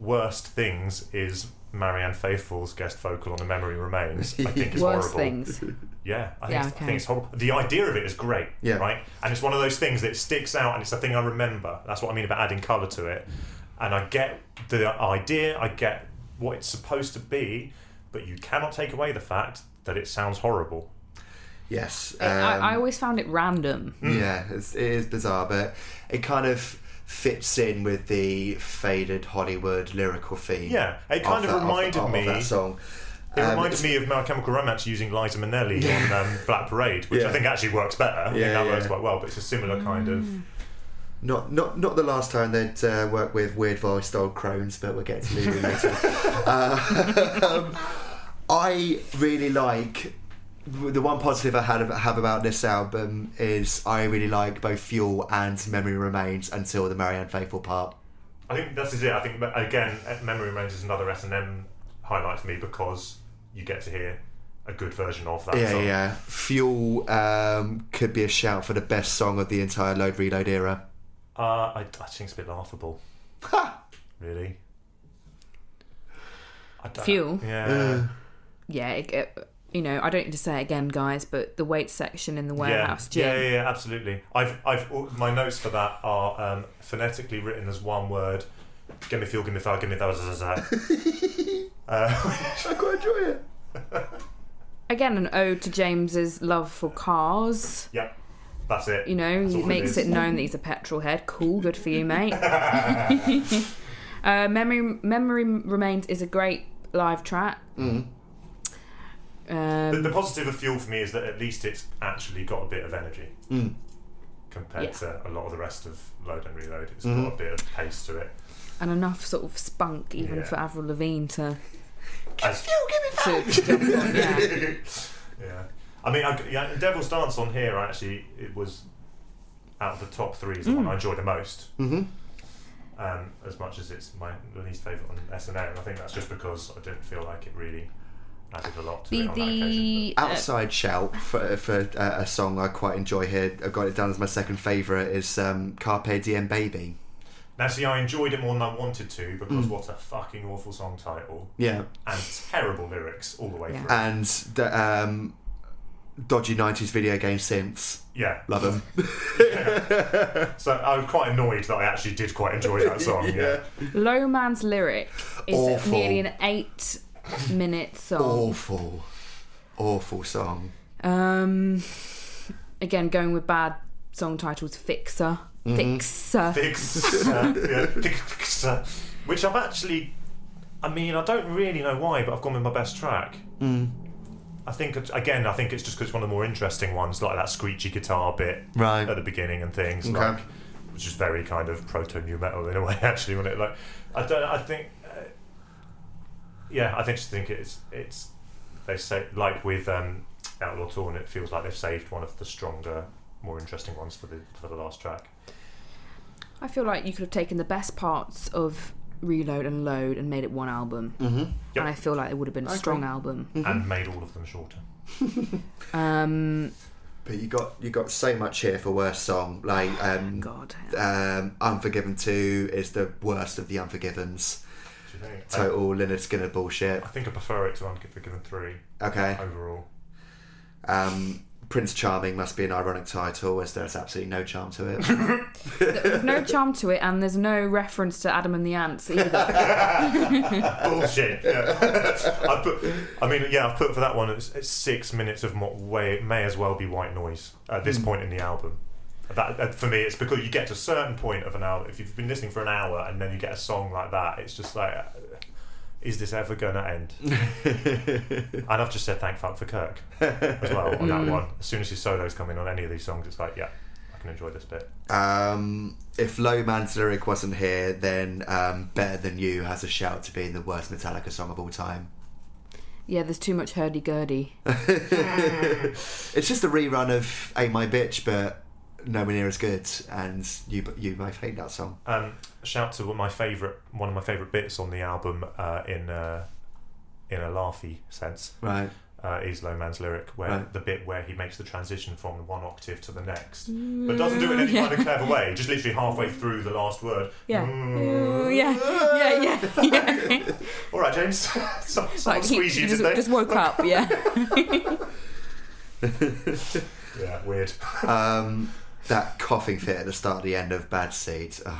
worst things is Marianne Faithfull's guest vocal on The Memory Remains. I think it's Worse horrible. things. Yeah, I think, Yeah, it's, I okay. think it's horrible. The idea of it is great, Yeah. right? And it's one of those things that sticks out, and it's the thing I remember. That's what I mean about adding colour to it. And I get the idea, I get what it's supposed to be, but you cannot take away the fact that it sounds horrible. yes. I- I, I um, always found it random. Mm. Yeah, it's, it is bizarre, but it kind of fits in with the faded Hollywood lyrical theme. Yeah, it kind of that- reminded of, me- of that song. It Um, reminded me of My Chemical Romance using Liza Minnelli on um, Black Parade, which Yeah. I think actually works better. I Yeah, think that yeah. works quite well, but it's a similar kind of. Mm. Not, not, not the last time they'd uh, worked with weird voiced old crones, but we'll get to Lulu later. um, I really like the one positive I had have about this album is I really like both Fuel and Memory Remains until the Marianne Faithful part. I think this is it. I think again, Memory Remains is another S and M highlight for me because you get to hear a good version of that. Yeah, song. yeah. Fuel um, could be a shout for the best song of the entire Load Reload era. Uh, I, I think it's a bit laughable, Ha! really. I don't- Fuel? Yeah. Yeah, it, it- you know, I don't need to say it again, guys, but the weight section in the yeah. warehouse yeah, gym. yeah, yeah, absolutely. I've, I've, all- my notes for that are um, phonetically written as one word. Give me fuel, give me fire, give me that. uh, I quite enjoy it. Again, an ode to James's love for cars. yep, that's it. You know, That's he all it makes is. it, known that he's a petrol head. Cool, good for you, mate. uh, memory, memory remains is a great live track. Mm-hmm. The, Um, the positive of Fuel for me is that at least it's actually got a bit of energy compared Yeah. to a lot of the rest of Load and Reload. It's got a bit of pace to it. and enough sort of spunk, even Yeah. for Avril Lavigne to. As- to jump on, yeah. yeah. I mean, I, yeah, Devil's Dance on here, I actually, it was out of the top three is the one I enjoy the most. hmm Um, as much as it's my least favourite on SNL, and I think that's just because I didn't feel like it really added a lot to it The on that occasion. the uh, Outside shout for, for uh, a song I quite enjoy here. I've got it down as my second favourite is um, Carpe Diem Baby. But- Now, see, I enjoyed it more than I wanted to Hmm. because what a fucking awful song title Yeah, and terrible lyrics all the way Yeah. through. and the um, dodgy nineties video game synths. Yeah. Love them. So I'm quite annoyed that I actually did quite enjoy that song. yeah. Low Man's lyric is Awful. nearly an eight minute song. awful, awful song. Um, again, going with bad song titles, Fixer. Fixer. Fix, uh, yeah, fix, uh, which I've actually, I mean, I don't really know why, but I've gone with my best track. I think it's- again, I think it's just because it's one of the more interesting ones, like that screechy guitar bit Right. at the beginning and things, Okay. like which is very kind of proto new metal in a way, actually. When it like, I don't, I think, uh, yeah, I think just think it's it's they say like with um, Outlaw Torn, it feels like they've saved one of the stronger, more interesting ones for the for the last track. I feel like you could have taken the best parts of Reload and Load and made it one album. Mm-hmm. Yep. And I feel like it would have been a I strong agree. album. and made all of them shorter. Um, But you got you got so much here for worst song. Like um, God. um, Unforgiven Two is the worst of the Unforgivens. Do you think? Total Leonard Skinner bullshit. I, I think I prefer it to Unforgiven three Okay. overall. Um, Prince Charming must be an ironic title, as there's absolutely no charm to it. There's no charm to it, and there's no reference to Adam and the Ants either. Bullshit. Yeah. I put. I mean, yeah, I've put for that one. It's, it's six minutes of what way may as well be white noise at this point in the album. That, that- for me, it's because you get to a certain point of an album. If you've been listening for an hour and then you get a song like that, it's just like, uh, is this ever gonna end? and I've just said thank fuck for Kirk as well on that Mm. one. As soon as his solos come in on any of these songs, it's like, yeah, I can enjoy this bit. Um, if Low Man's lyric wasn't here, then um, Better Than You has a shout to being the worst Metallica song of all time. Yeah, there's too much hurdy gurdy. it's just a rerun of Ain't My Bitch, but nowhere near as good. And you, you both hate that song. Um, shout to my favorite, one of my favorite bits on the album uh, in uh, in a laughy sense. Right. uh, is Low Man's lyric, where Right. the bit where he makes the transition from one octave to the next, Mm. but doesn't do it in any kind of clever way. Just literally halfway through the last word. Yeah. Mm. Ooh, yeah, yeah, yeah, yeah. All right, James. Some, someone he- squeeze he you just, today. just woke up, yeah. Yeah, weird. Um, that coughing fit at the start, the end of Bad Seed. Ugh.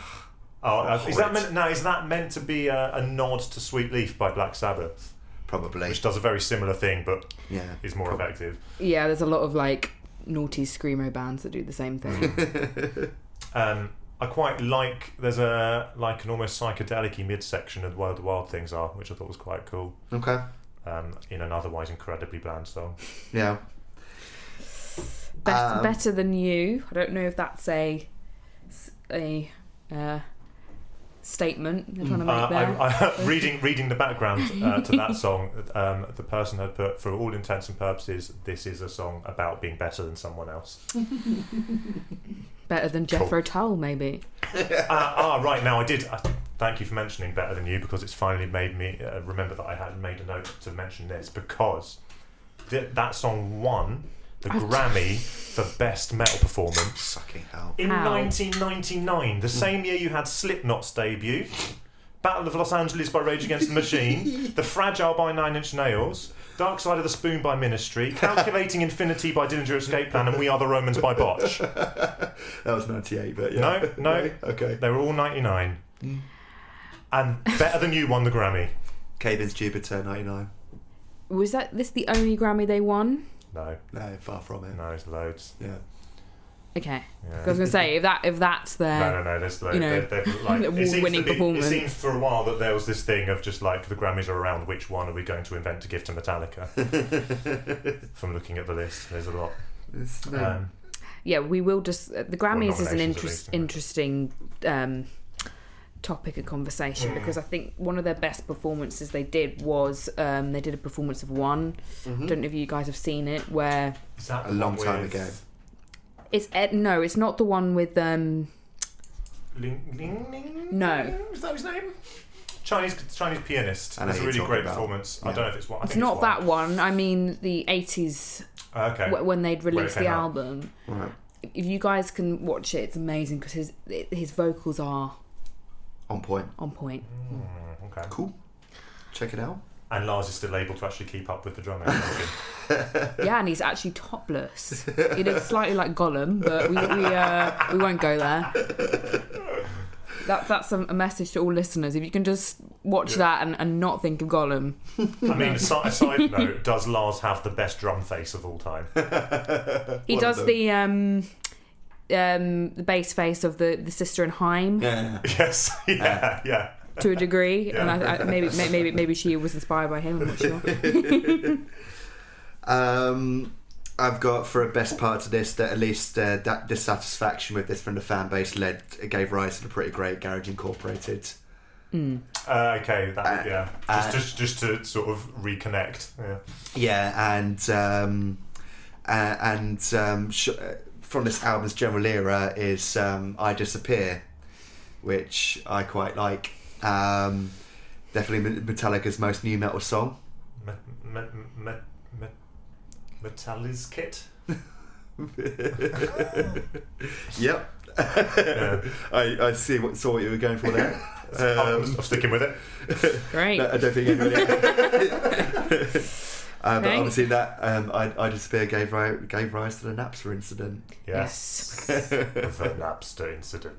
Oh, uh, is that Horrid. meant, now? Is that meant to be a, a nod to Sweet Leaf by Black Sabbath, Probably. which does a very similar thing but Yeah. is more effective? yeah, there's a lot of like naughty screamo bands that do the same Mm. thing. Um, I quite like. There's a like an almost psychedelic midsection of where the wild things are, which I thought was quite cool. Okay. Um, in an otherwise incredibly bland song. Yeah. Bet- Um, better than you. I don't know if that's a a uh, statement they're trying to make Uh, there. I, I, reading reading the background uh, to that song, um, the person had put, for all intents and purposes, this is a song about being better than someone else. better than Jethro Tull, maybe. Uh, ah, right now I did. Uh, thank you for mentioning better than you because it's finally made me uh, remember that I had made a note to mention this because th- that song won the Oh. Grammy for best metal performance. Fucking hell. In How? 1999, the same year you had Slipknot's debut, Battle of Los Angeles by Rage Against the Machine, The Fragile by Nine Inch Nails, Dark Side of the Spoon by Ministry, Calculating Infinity by Dillinger Escape Plan, and We Are the Romans by Botch. That was 98, but yeah. No, no. okay. They were all 99. Mm. And Better Than You won the Grammy. Caden's Jupiter, 99. Was that this the only Grammy they won? No, No, far from it. no, it's loads. Yeah. Okay, Yeah. 'Cause I was gonna say if that if that's No, their no, no. There's, like, uh, you know, there- there- like, the it seems to award-winning be- performance. It seems for a while that there was this thing of just like the Grammys are around. Which one are we going to invent to give to Metallica? From looking at the list, there's a lot. It's no. Um, yeah, we will just uh, the Grammys is an nominations, at interest, least, anyway. interesting um, topic of conversation because I think one of their best performances they did was um, they did a performance of one. Mm-hmm. Don't know if you guys have seen it where is that A the one long time with ago. it's Ed, no, it's not the one with um, Ling, Ling, Ling? No. is that his name? Chinese Chinese pianist. I know It's a who you're really talking great about. performance. I Yeah. don't know if it's one. I it's think not it's that one. I mean the eighties one. Okay. wh- when they'd released came the out. album. Right. If you guys can watch it, it's amazing because his his vocals are On point. on point. Mm, okay. Cool. Check it out. And Lars is still able to actually keep up with the drumming. Yeah, and he's actually topless. He looks slightly like Gollum, but we, we, uh, we won't go there. That, that's a, a message to all listeners. If you can just watch Yeah. that and, and not think of Gollum. I mean, a si- a side note: Does Lars have the best drum face of all time? He One does of the um, um, the bass face of the, the sister in Heim Yeah. yes. Uh, Yeah. Yeah. to a degree, Yeah. and I, I, maybe may- maybe maybe she was inspired by him. I'm not sure. Um, I've got for a best part of this that at least uh, that dissatisfaction with this from the fan base led gave rise to the pretty great Garage Incorporated. Uh, okay, that Uh, yeah. uh, Just, just just to sort of reconnect. Yeah. Yeah, and um, uh, and um, sh- uh, from this album's general era is um, "I Disappear," which I quite like. Um, definitely Me- Metallica's most new metal song. Me- me- me- me- Metalliz kit. Yep, Yeah. I, I see what saw what you were going for there. I'm, Um, I'm sticking with it. Great. No, I don't think anybody. Uh, but Right. obviously, that um, I, I disappear gave rise, gave rise to the Napster incident. Yes. yes. the Napster incident.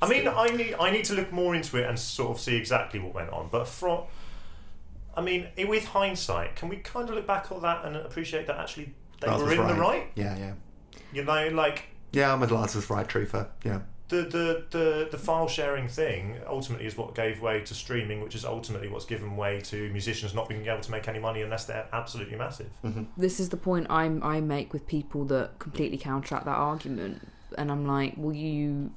I mean, I need I need to look more into it and sort of see exactly what went on. But from, I mean, i- with hindsight, can we kind of look back on that and appreciate that actually they That were was in the right? Yeah, yeah. You know, like Yeah, Ahmed Lazar's right, Trufa. Yeah. the, the, the, the file sharing thing ultimately is what gave way to streaming, which is ultimately what's given way to musicians not being able to make any money unless they're absolutely massive. this is the point I'm, I make with people that completely counteract that argument. And I'm like, well, you,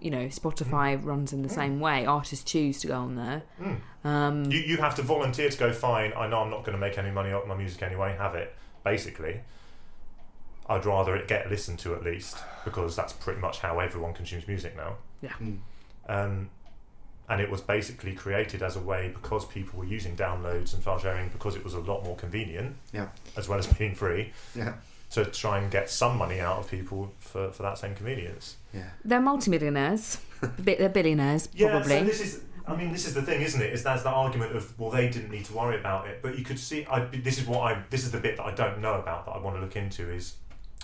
you know, Spotify runs in the same way. Artists choose to go on there. Mm. Um, You, you have to volunteer to go, fine, I know I'm not going to make any money off my music anyway, have it, basically. I'd rather it get listened to at least, because that's pretty much how everyone consumes music now. Mm. Um, and it was basically created as a way because people were using downloads and file sharing because it was a lot more convenient, Yeah. as well as being free, Yeah. to try and get some money out of people for, for that same convenience. Yeah. they're multimillionaires. Bi- they're billionaires, Yeah, probably. so this is. I mean, this is the thing, isn't it? Is that's the argument of well, they didn't need to worry about it, but you could see. I this is what I this is the bit that I don't know about that I want to look into is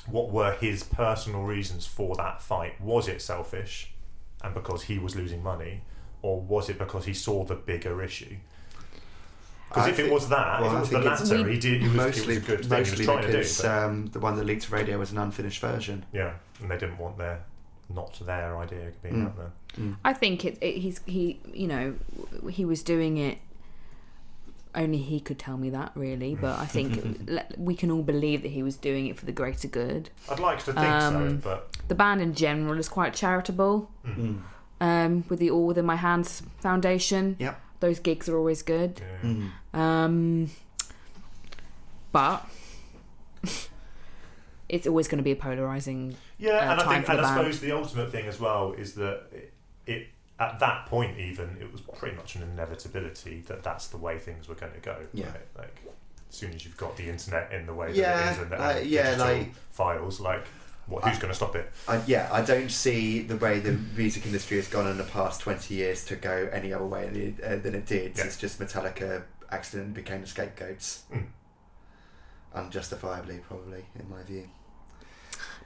what were his personal reasons for that fight? Was it selfish, and because he was losing money, or was it because he saw the bigger issue? Because I if it think- was that, well, if I it was the think it's- latter, he did. It was, mostly it was a good thing he was mostly trying to do. because but- um, the one that leaked to radio was an unfinished version. yeah, and they didn't want their not their idea being Mm. out there. I think it, it, he's he you know w- he was doing it. Only he could tell me that, really. But I think let- we can all believe that he was doing it for the greater good. I'd like to think so, Um, but The band in general is quite charitable. Mm. Um, with the All Within My Hands Foundation, Yep. those gigs are always good. yeah. Mm. Um, but it's always going to be a polarizing. Yeah, uh, and I time think, for and the I band. suppose the ultimate thing as well is that it, it at that point even it was pretty much an inevitability that that's the way things were going to go. Yeah. right? like as soon as you've got the internet in the way Yeah, that it is, and uh, and yeah, digital like- files, like what, who's going to stop it? I, yeah, I don't see the way the music industry has gone in the past 20 years to go any other way than it, uh, than it did. Yeah. It's just Metallica accidentally became the scapegoats. Mm. Unjustifiably, probably, in my view.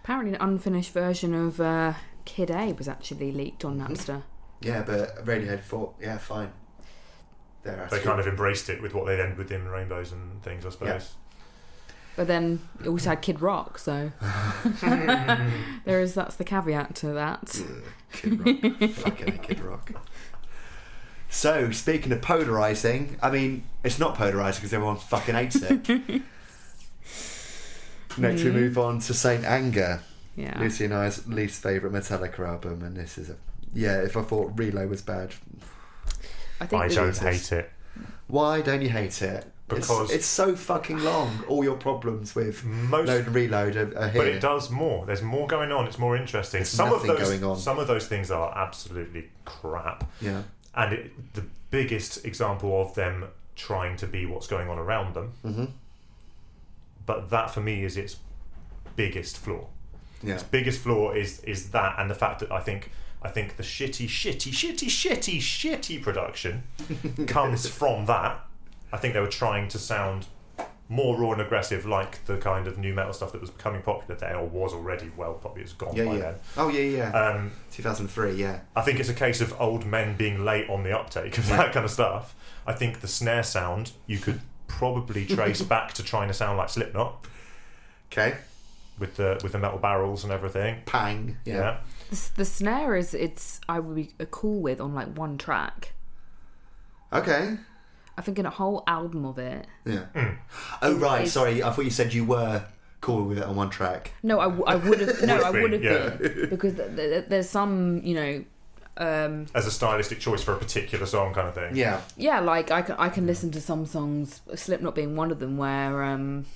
Apparently, an unfinished version of uh, Kid A was actually leaked on Napster. Yeah, but Radiohead thought, yeah, fine. They're They asking- kind of embraced it with what they did with Dim and Rainbows and things, I suppose. But then it also had Kid Rock, so there is that's the caveat to that. Ugh, Kid Rock. Fucking hell, Kid Rock. So, speaking of polarising, I mean, it's not polarising because everyone fucking hates it. Next, we Mhm. move on to Saint Anger, Yeah, Lucy and I's least favourite Metallica album, and this is a. Yeah, if I thought Reload was bad, I think I that- don't this is- hate it. why don't you hate it? It's- Because- it's, so fucking long. All your problems with Most Load and Reload are, are here. But it does more. There's more going on. It's more interesting. There's some of nothing those, going on. some of those things are absolutely crap, Yeah, and it, the biggest example of them trying to be what's going on around them. hmm But that, for me, is its biggest flaw. yeah, Its biggest flaw is is that, and the fact that I think I think the shitty, shitty, shitty, shitty, shitty production comes from that. I think they were trying to sound more raw and aggressive, like the kind of new metal stuff that was becoming popular there, or was already well popular. It's gone yeah, by yeah. then. Oh yeah, yeah. Um, 2003, yeah. I think it's a case of old men being late on the uptake of that kind of stuff. I think the snare sound you could probably trace back to trying to sound like Slipknot Okay, with the with the metal barrels and everything. Pang. Yeah, yeah. the, s- the snare is it's I would be cool with on like one track. Okay. I think in a whole album of it. Yeah. Mm. Oh right, It's- sorry. I thought you said you were cool with it on one track. No, I, would have. No, I been, would have yeah. been because th- th- there's some, you know, um, as a stylistic choice for a particular song, kind of thing. Yeah. yeah, like I can I can listen to some songs, Slipknot being one of them, where um,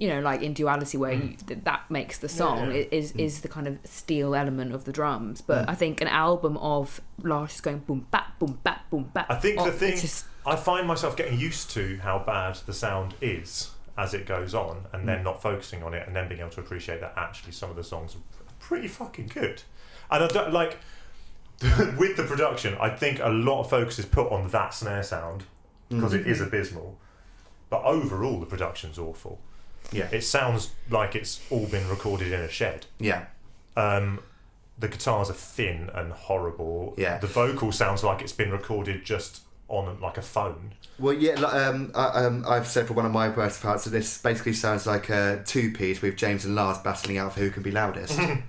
you know, like in Duality, where you, th- that makes the song yeah. i is is the kind of steel element of the drums. But Mm. I think an album of Lars just going boom bap boom bap boom bap. I think oh, the thing it's just I find myself getting used to how bad the sound is as it goes on, and then not focusing on it, and then being able to appreciate that actually some of the songs are pretty fucking good. And I don't like with the production. I think a lot of focus is put on that snare sound because it is abysmal. But overall, the production's awful. Yeah. It sounds like it's all been recorded in a shed. Yeah. Um, the guitars are thin and horrible. Yeah. The vocal sounds like it's been recorded just on like a phone. Well, yeah, like, um, I, um, I've said for one of my worst parts that this basically sounds like a two piece with James and Lars battling out for who can be loudest.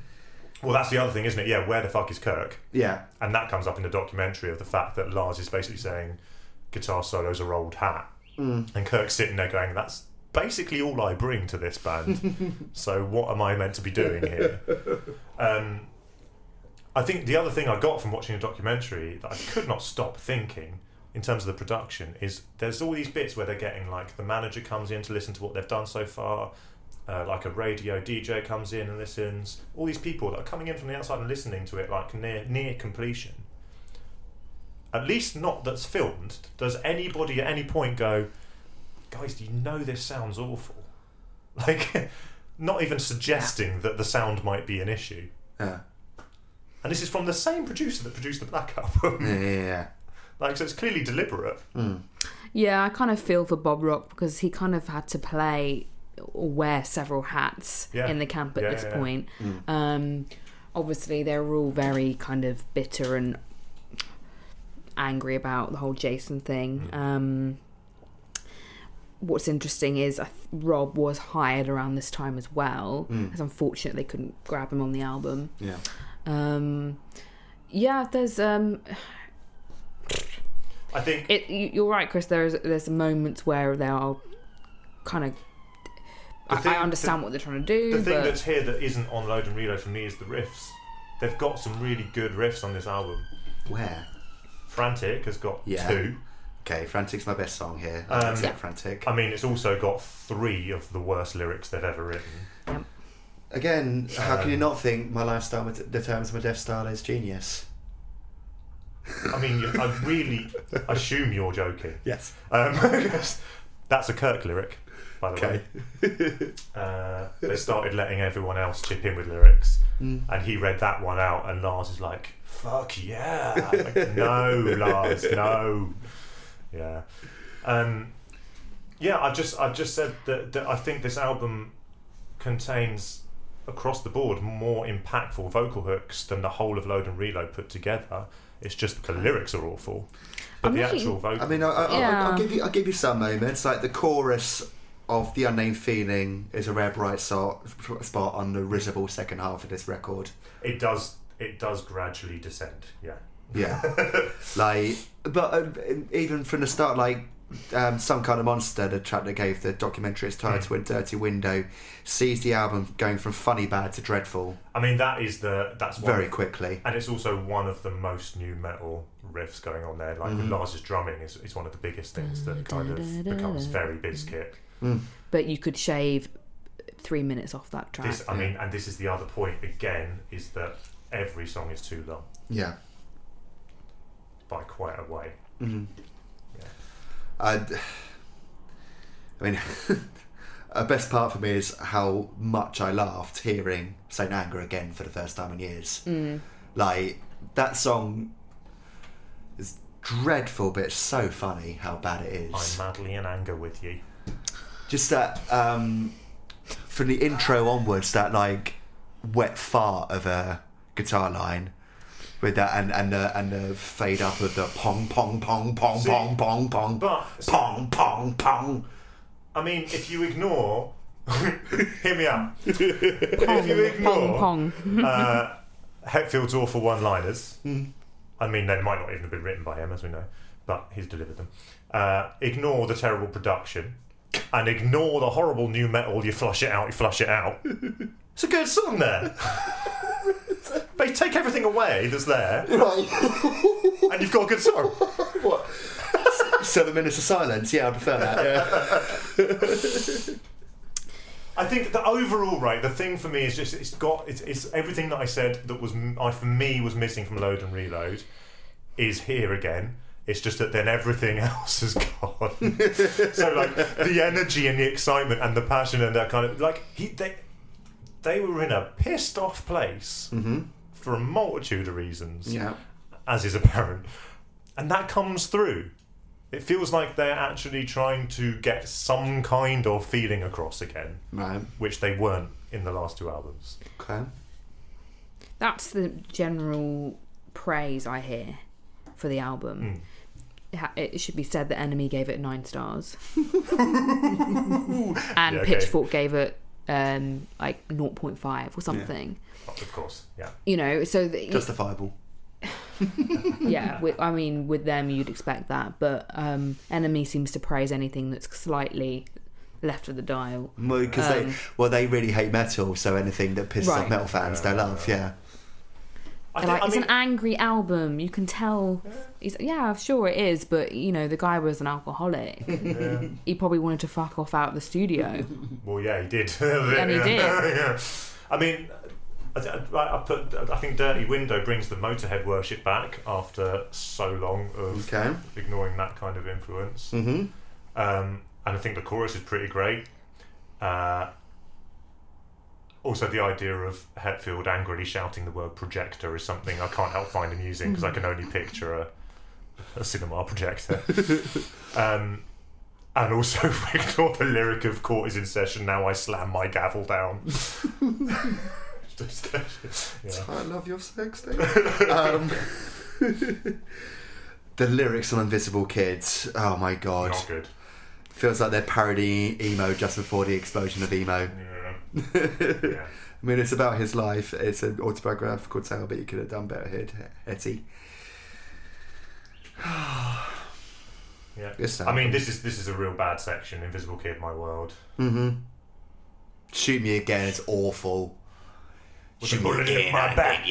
Well, that's the other thing, isn't it? Yeah, where the fuck is Kirk? yeah, And that comes up in the documentary of the fact that Lars is basically saying guitar solos are old hat. And Kirk's sitting there going, that's basically all I bring to this band. so what am I meant to be doing here? Um, I think the other thing I got from watching the documentary that I could not stop thinking in terms of the production is there's all these bits where they're getting like the manager comes in to listen to what they've done so far. Uh, like a radio DJ comes in and listens. All these people that are coming in from the outside and listening to it, like near near completion at least not that's filmed, does anybody at any point go, guys, do you know this sounds awful? Like, not even suggesting that the sound might be an issue. yeah, And this is from the same producer that produced the Black Album. yeah, yeah, yeah. Like, so it's clearly deliberate. Yeah, I kind of feel for Bob Rock because he kind of had to play or wear several hats Yeah. in the camp at Yeah, this yeah, yeah. point. Um, obviously, they were all very kind of bitter and angry about the whole Jason thing. Hmm. Um, what's interesting is I th- Rob was hired around this time as well. It's unfortunate they couldn't grab him on the album. yeah. Um, yeah, there's um, I think it you- you're right chris there's there's moments where they are kind of The I, thing- I understand what they're trying to do the thing but that's here that isn't on Load and Reload for me is the riffs. They've got some really good riffs on this album. Where? Frantic has got Yeah. two. Okay, Frantic's my best song here. I Um, um, Yeah. Frantic. I mean, it's also got three of the worst lyrics they've ever written. Again, how can you Um, not think my lifestyle mat- determines my death style is genius? I mean, you- I really assume you're joking. Yes. Um, that's a Kirk lyric, by the Okay. way. Uh, they started letting everyone else chip in with lyrics, Mm. and he read that one out, and Lars is like, "Fuck yeah!" I'm like, no, Lars, no. Yeah, um, yeah. I've just I've just said that, that I think this album contains across the board more impactful vocal hooks than the whole of Load and Reload put together. It's just the lyrics are awful, but I'm the looking- actual vocal. I mean, I, I, Yeah. I'll, I'll give you. I'll give you some moments. Like the chorus of "The Unnamed Feeling" is a rare bright so- spot on the risible second half of this record. It does. It does gradually descend. Yeah. Yeah, like, but uh, even from the start, like. Um, some kind of monster, the track that gave the documentary its title, "A Dirty Window," sees the album going from funny bad to dreadful I mean, that is the that's one very quickly. and it's also one of the most new metal riffs going on there. Like with Lars's drumming is, is one of the biggest things that kind of becomes very biscuit. but you could shave three minutes off that track This, I mean, and this is the other point again is that every song is too long Yeah, by quite a way. I, I mean, a best part for me is how much I laughed hearing Saint Anger again for the first time in years. Like that song is dreadful, but it's so funny how bad it I'm is. madly in anger with you. Just that um, from the intro onwards, that like wet fart of a guitar line. With that and and the, and the fade up of the pong pong pong pong See, pong pong pong But pong pong pong. I mean, if you ignore, hear me out. Oh, pong, if you ignore, pong pong uh, Hetfield's awful one-liners. I mean, they might not even have been written by him, as we know, but he's delivered them. Uh, ignore the terrible production, and ignore the horrible new metal. You flush it out. You flush it out. It's a good song there. they take everything away that's there, and you've got a good song. What? Seven minutes of silence. Yeah, I prefer that. Yeah. I think the overall right, the thing for me is just it's got it's, it's everything that I said that was m- I for me was missing from Load and Reload is here again. It's just that then everything else is gone. so like the energy and the excitement and the passion and that kind of like he they they were in a pissed off place for a multitude of reasons yeah. as is apparent. And that comes through. It feels like they're actually trying to get some kind of feeling across again, Right. which they weren't in the last two albums. Okay. Hmm. that's the general praise I hear for the album ha- it should be said that Enemy gave it nine stars, Ooh. and Yeah, okay. Pitchfork gave it um, like 0.5 or something. Of course, yeah. You know, so that you- Justifiable. yeah, with, I mean, with them you'd expect that, but um, Enemy seems to praise anything that's slightly left of the dial. Because they, Um, well, they really hate metal, so anything that pisses off Right. metal fans, they love. Yeah, I, They're think, like, I it's mean, an angry album. You can tell. He's, yeah, sure it is, but you know the guy was an alcoholic. he probably wanted to fuck off out of the studio. well, yeah, he did. And he Yeah. did. Yeah. I mean, I, I, I put. I think Dirty Window brings the Motorhead worship back after so long of Okay. ignoring that kind of influence. hmm Um, and I think the chorus is pretty great. Uh, also, the idea of Hetfield angrily shouting the word projector is something I can't help find amusing because I can only picture a, a cinema projector. um, and also ignore the lyric of court is in session, now I slam my gavel down. Just- yeah. I love your sex thing. um, the lyrics on Invisible Kids. Oh my god, Not good. feels like they're parodying emo just before the explosion of emo. Yeah. I Yeah. mean, it's about his life. It's an autobiographical tale, but you could have done better, Hed- Hetty. Yeah. This I mean, this is this is a real bad section. Invisible Kid, my world. hmm Shoot me again. It's awful. With a bullet in my back.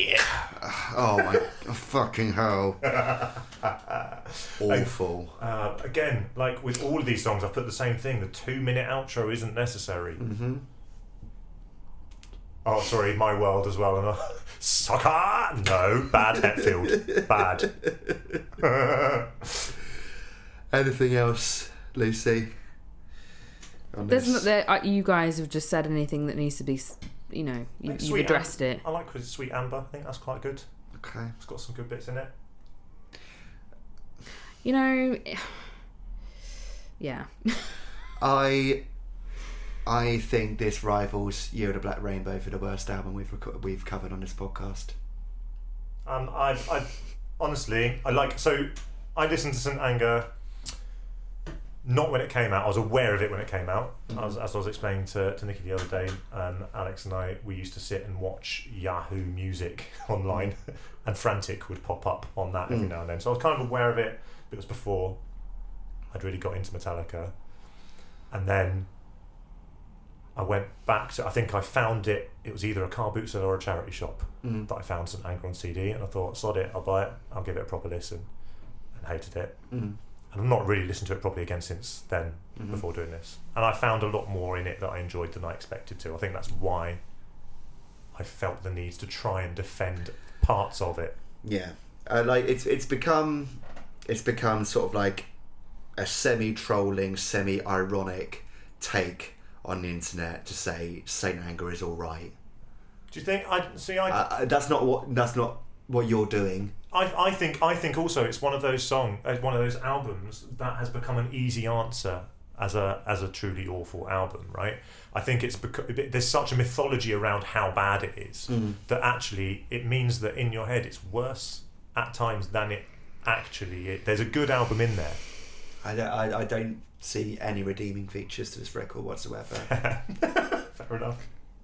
Oh my fucking hell! Awful. Uh, again, like with all of these songs, I've put the same thing. The two minute outro isn't necessary. Mm-hmm. Oh, sorry, My World as well. And uh, Sucker! No, bad Hetfield. bad. Anything else, Lucy? On There's this? not, there, uh, you guys have just said anything that needs to be, s- you know, you, Like you've Sweet addressed it. I like with Sweet Amber. I think that's quite good. Okay. It's got some good bits in it. You know, yeah. I I think this rivals Year of the Black Rainbow for the worst album we've reco- we've covered on this podcast. Um, I, I honestly, I like so. I listened to St Anger. Not when it came out. I was aware of it when it came out. I was, as I was explaining to, to Nikki the other day, um, Alex and I, we used to sit and watch Yahoo Music online, and Frantic would pop up on that every Mm. now and then. So I was kind of aware of it, but it was before I'd really got into Metallica. And then I went back to, I think I found it, it was either a car boot sale or a charity shop Mm. that I found St Anger on CD, and I thought, sod it, I'll buy it, I'll give it a proper listen, and hated it. Mm. And I've not really listened to it properly again since then, Mhm. before doing this. And I found a lot more in it that I enjoyed than I expected to. I think that's why I felt the need to try and defend parts of it. Yeah, uh, like it's it's become it's become sort of like a semi-trolling, semi-ironic take on the internet to say Saint Anger is all right. Do you think? I see. I Uh, uh, that's not what that's not what you're doing. I, I think I think also it's one of those song uh, one of those albums that has become an easy answer as a as a truly awful album right I think it's because there's such a mythology around how bad it is that actually it means that in your head it's worse at times than it actually is. there's a good album in there I don't, I, I don't see any redeeming features to this record whatsoever. fair enough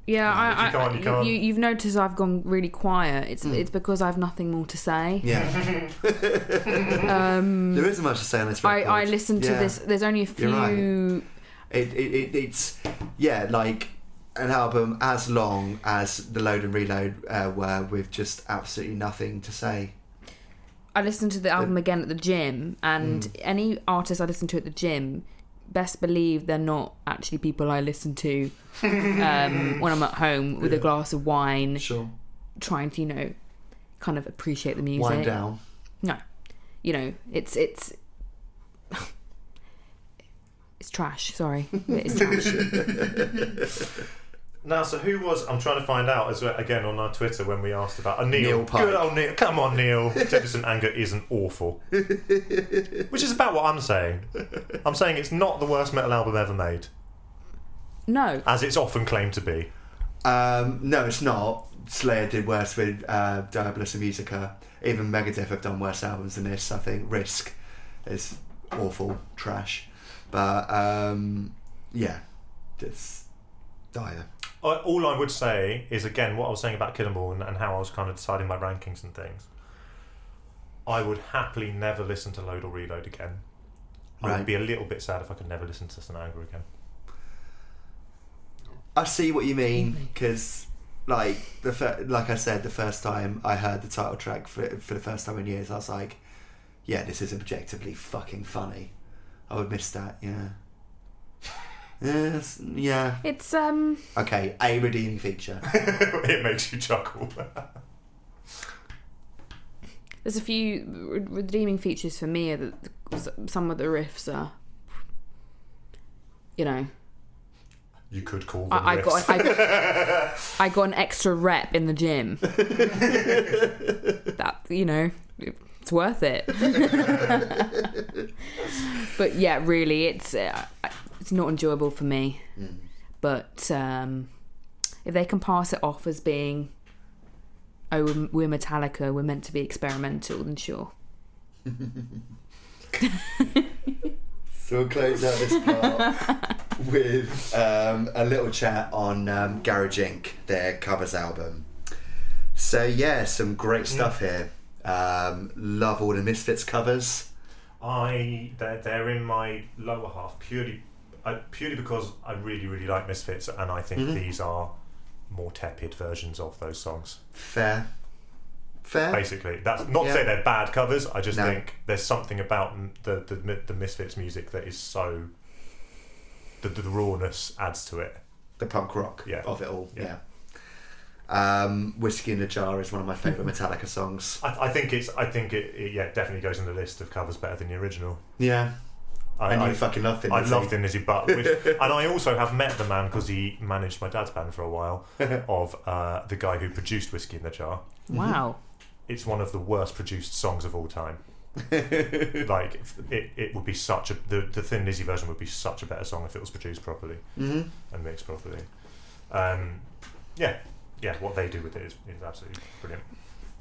Yeah, if you I, can't, I, you Hmm. you can't. You, you've noticed I've gone really quiet. It's it's because I've nothing more to say. yeah, Um, there isn't much to say on this I, record. I listened to Yeah. this. There's only a You're right. few. It, it, it it's yeah like an album as long as the Load and Reload uh, were with just absolutely nothing to say. I listened to the album again at the gym, and Mm. any artist I listen to at the gym, best believe they're not actually people I listen to um, when I'm at home with a glass of wine, Sure, trying to you know, kind of appreciate the music. wind down. No, you know, it's it's it's trash. Sorry, it's trash. Now, so who was? I'm trying to find out as well, again on our Twitter when we asked about uh, Neil. Neil Pike. Good old Neil. Come on, Neil. Jefferson Anger isn't awful, which is about what I'm saying. I'm saying it's not the worst metal album ever made, no, as it's often claimed to be. Um, no, it's not. Slayer did worse with uh, Diabolus and Musica. Even Megadeth have done worse albums than this. I think Risk It's awful trash, but um, yeah, oh, it's dire. I- Uh, all I would say is again what I was saying about Killamal and, and how I was kind of deciding my rankings and things. I would happily never listen to Load or Reload again. I Right. would be a little bit sad if I could never listen to Sonagra again. I see what you mean because, like the fir- like I said, the first time I heard the title track for for the first time in years, I was like, "Yeah, this is objectively fucking funny." I would miss that. Yeah. Yes. Yeah. It's um Okay. A redeeming feature. it makes you chuckle. there's a few re- redeeming features for me that s- some of the riffs are you know you could call them I, I riffs. got I, I got an extra rep in the gym. that you know, it's worth it. but yeah, really, it's uh, it's not enjoyable for me. Mm. But um, if they can pass it off as being, oh, we're- we're Metallica, we're meant to be experimental, then sure. So we'll close out this part with um, a little chat on um, Garage Inc., their covers album. So, yeah, some great stuff here. Um, love all the Misfits covers. I they're, they're in my lower half purely I, purely because I really really like Misfits and I Mm-hmm. think these are more tepid versions of those songs. Fair. Fair. Basically, that's not Uh, Yeah. to say they're bad covers. I just No. think there's something about m- the, the mi- the Misfits music that is so the, the rawness adds to it. The punk rock Yeah. of it all. Yeah. Yeah. Um, Whiskey in a Jar is one of my favourite Metallica songs. I, I think it's I think it, it yeah it definitely goes in the list of covers better thin the original. Yeah. I, and you I- fucking love Thin I Lizzy. love Thin Lizzy, but which, and I also have met the man because he managed my dad's band for a while. Of uh, the guy who produced Whiskey in the Jar. Wow. It's one of the worst produced songs of all time. like if- it, it would be such a the, the Thin Lizzy version would be such a better song if it was produced properly Mhm. and mixed properly. Um, yeah, yeah, what they do with it is, is absolutely brilliant.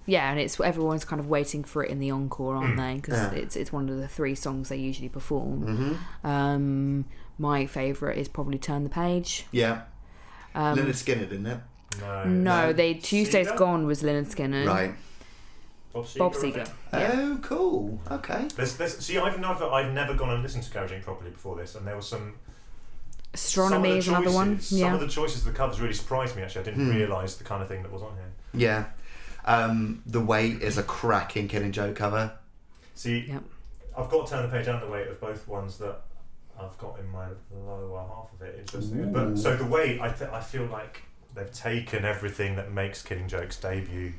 Yeah, and it's everyone's kind of waiting for it in the encore, Mm. aren't they? 'Cause they? Yeah. Because it's it's one of the three songs they usually perform. Mm-hmm. Um, my favourite is probably "Turn the Page." Yeah. Um, Leonard Skinner, didn't it? No, no, they Tuesday's Seeger? Gone was Leonard Skinner. Right. Bob Seger. Bob I think. Seger. mm-hmm. Yeah. Oh, cool. Okay. There's, there's, see, I've never, I've never gone and listened to Garaging properly before this, and there was some Astronomy is another one. choices- Some Yeah. of the choices of the covers really surprised me. Actually, I didn't Hmm. realise the kind of thing that was on here. Yeah. Um, the Weight is a cracking Killing Joke cover. See, Yep. I've got to turn the page and the weight of both ones that I've got in my lower half of it. Interesting. Ooh. But so the weight, I, th- I feel like they've taken everything that makes Killing Joke's debut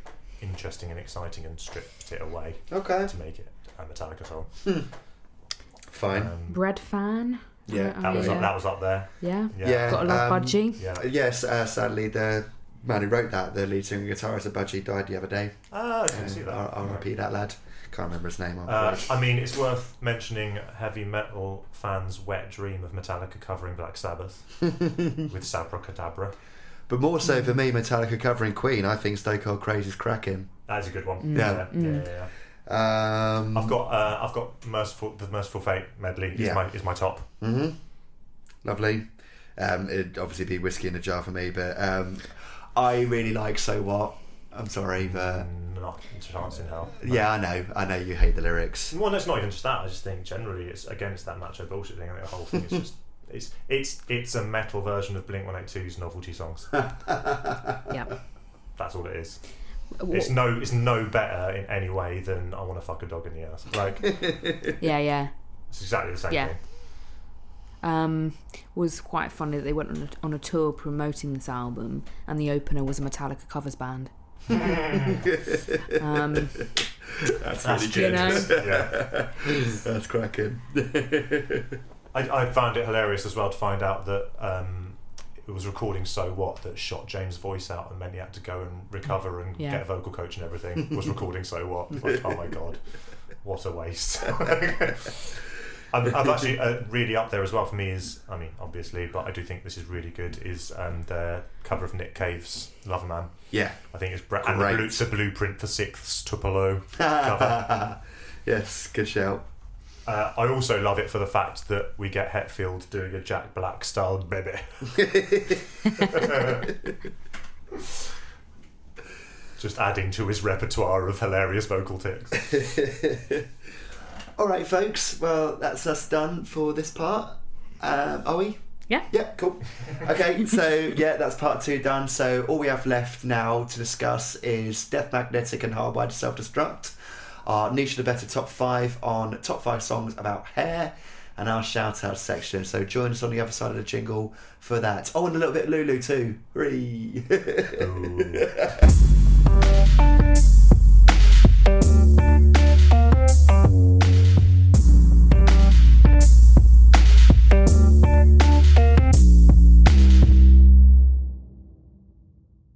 interesting and exciting and stripped it away Okay. to make it a Metallica song. Uh, Fine. Um, Bread fan. Yeah, I don't that was know. up. That was up there. yeah. Yeah. Yeah. Got a love Um, budgie. Yeah. Yes, uh, sadly, the man who wrote that, the lead singer guitarist of Budgie, died the other day. Ah, I didn't see Uh, that. R- RIP that lad. Can't remember his name. I'm Uh, afraid. I mean, it's worth mentioning heavy metal fans' wet dream of Metallica covering Black Sabbath with Sabra Cadabra. but more so for me, Metallica covering Queen, I think Stone Cold Crazy is cracking. That is a good one. Yeah. yeah, yeah, yeah. Um, I've got, uh, I've got merciful, the merciful fate medley is Yeah. my is my top. hmm Lovely. Um, it'd obviously be whiskey in a jar for me, but um, I really like So What. I'm sorry, but Not a chance in hell. yeah, I know, I know you hate the lyrics. Well, that's not even just that. I just think generally, it's again, it's that macho bullshit thing. I think the whole thing is just. It's it's it's a metal version of Blink 182's novelty songs. Yeah. That's all it is. It's What- no it's no better in any way than I want to fuck a dog in the ass. Like Yeah, yeah. It's exactly the same Yeah. thing. Um, was quite funny that they went on a, on a tour promoting this album, and the opener was a Metallica covers band. um, That's, you know, yeah. That's cracking. I, I found it hilarious as well to find out that um, it was recording So What that shot James' voice out and meant he had to go and recover and Yeah. get a vocal coach and everything was recording So What. It's Like, oh my God, what a waste. I've, I've actually uh, really up there as well for me is, I mean, obviously, but I do think this is really good, is um, their cover of Nick Cave's Lover Man. Yeah. I think it's br- and the Great. blue, it's a blueprint for Sixth's Tupelo. yes, good shout. Uh, I also love it for the fact that we get Hetfield doing a Jack Black style baby. Just adding to his repertoire of hilarious vocal ticks. All right, folks. Well, that's us done for this part. Um, are we? Yeah. Yeah, cool. Okay, so yeah, that's part two done. So all we have left now to discuss is Death Magnetic and Hardwired to Self Destruct, our Niche of the Better top five on top five songs about hair, and our shout out section. So join us on the other side of the jingle for that. Oh, and a little bit of Lulu too. Hooray. Ooh.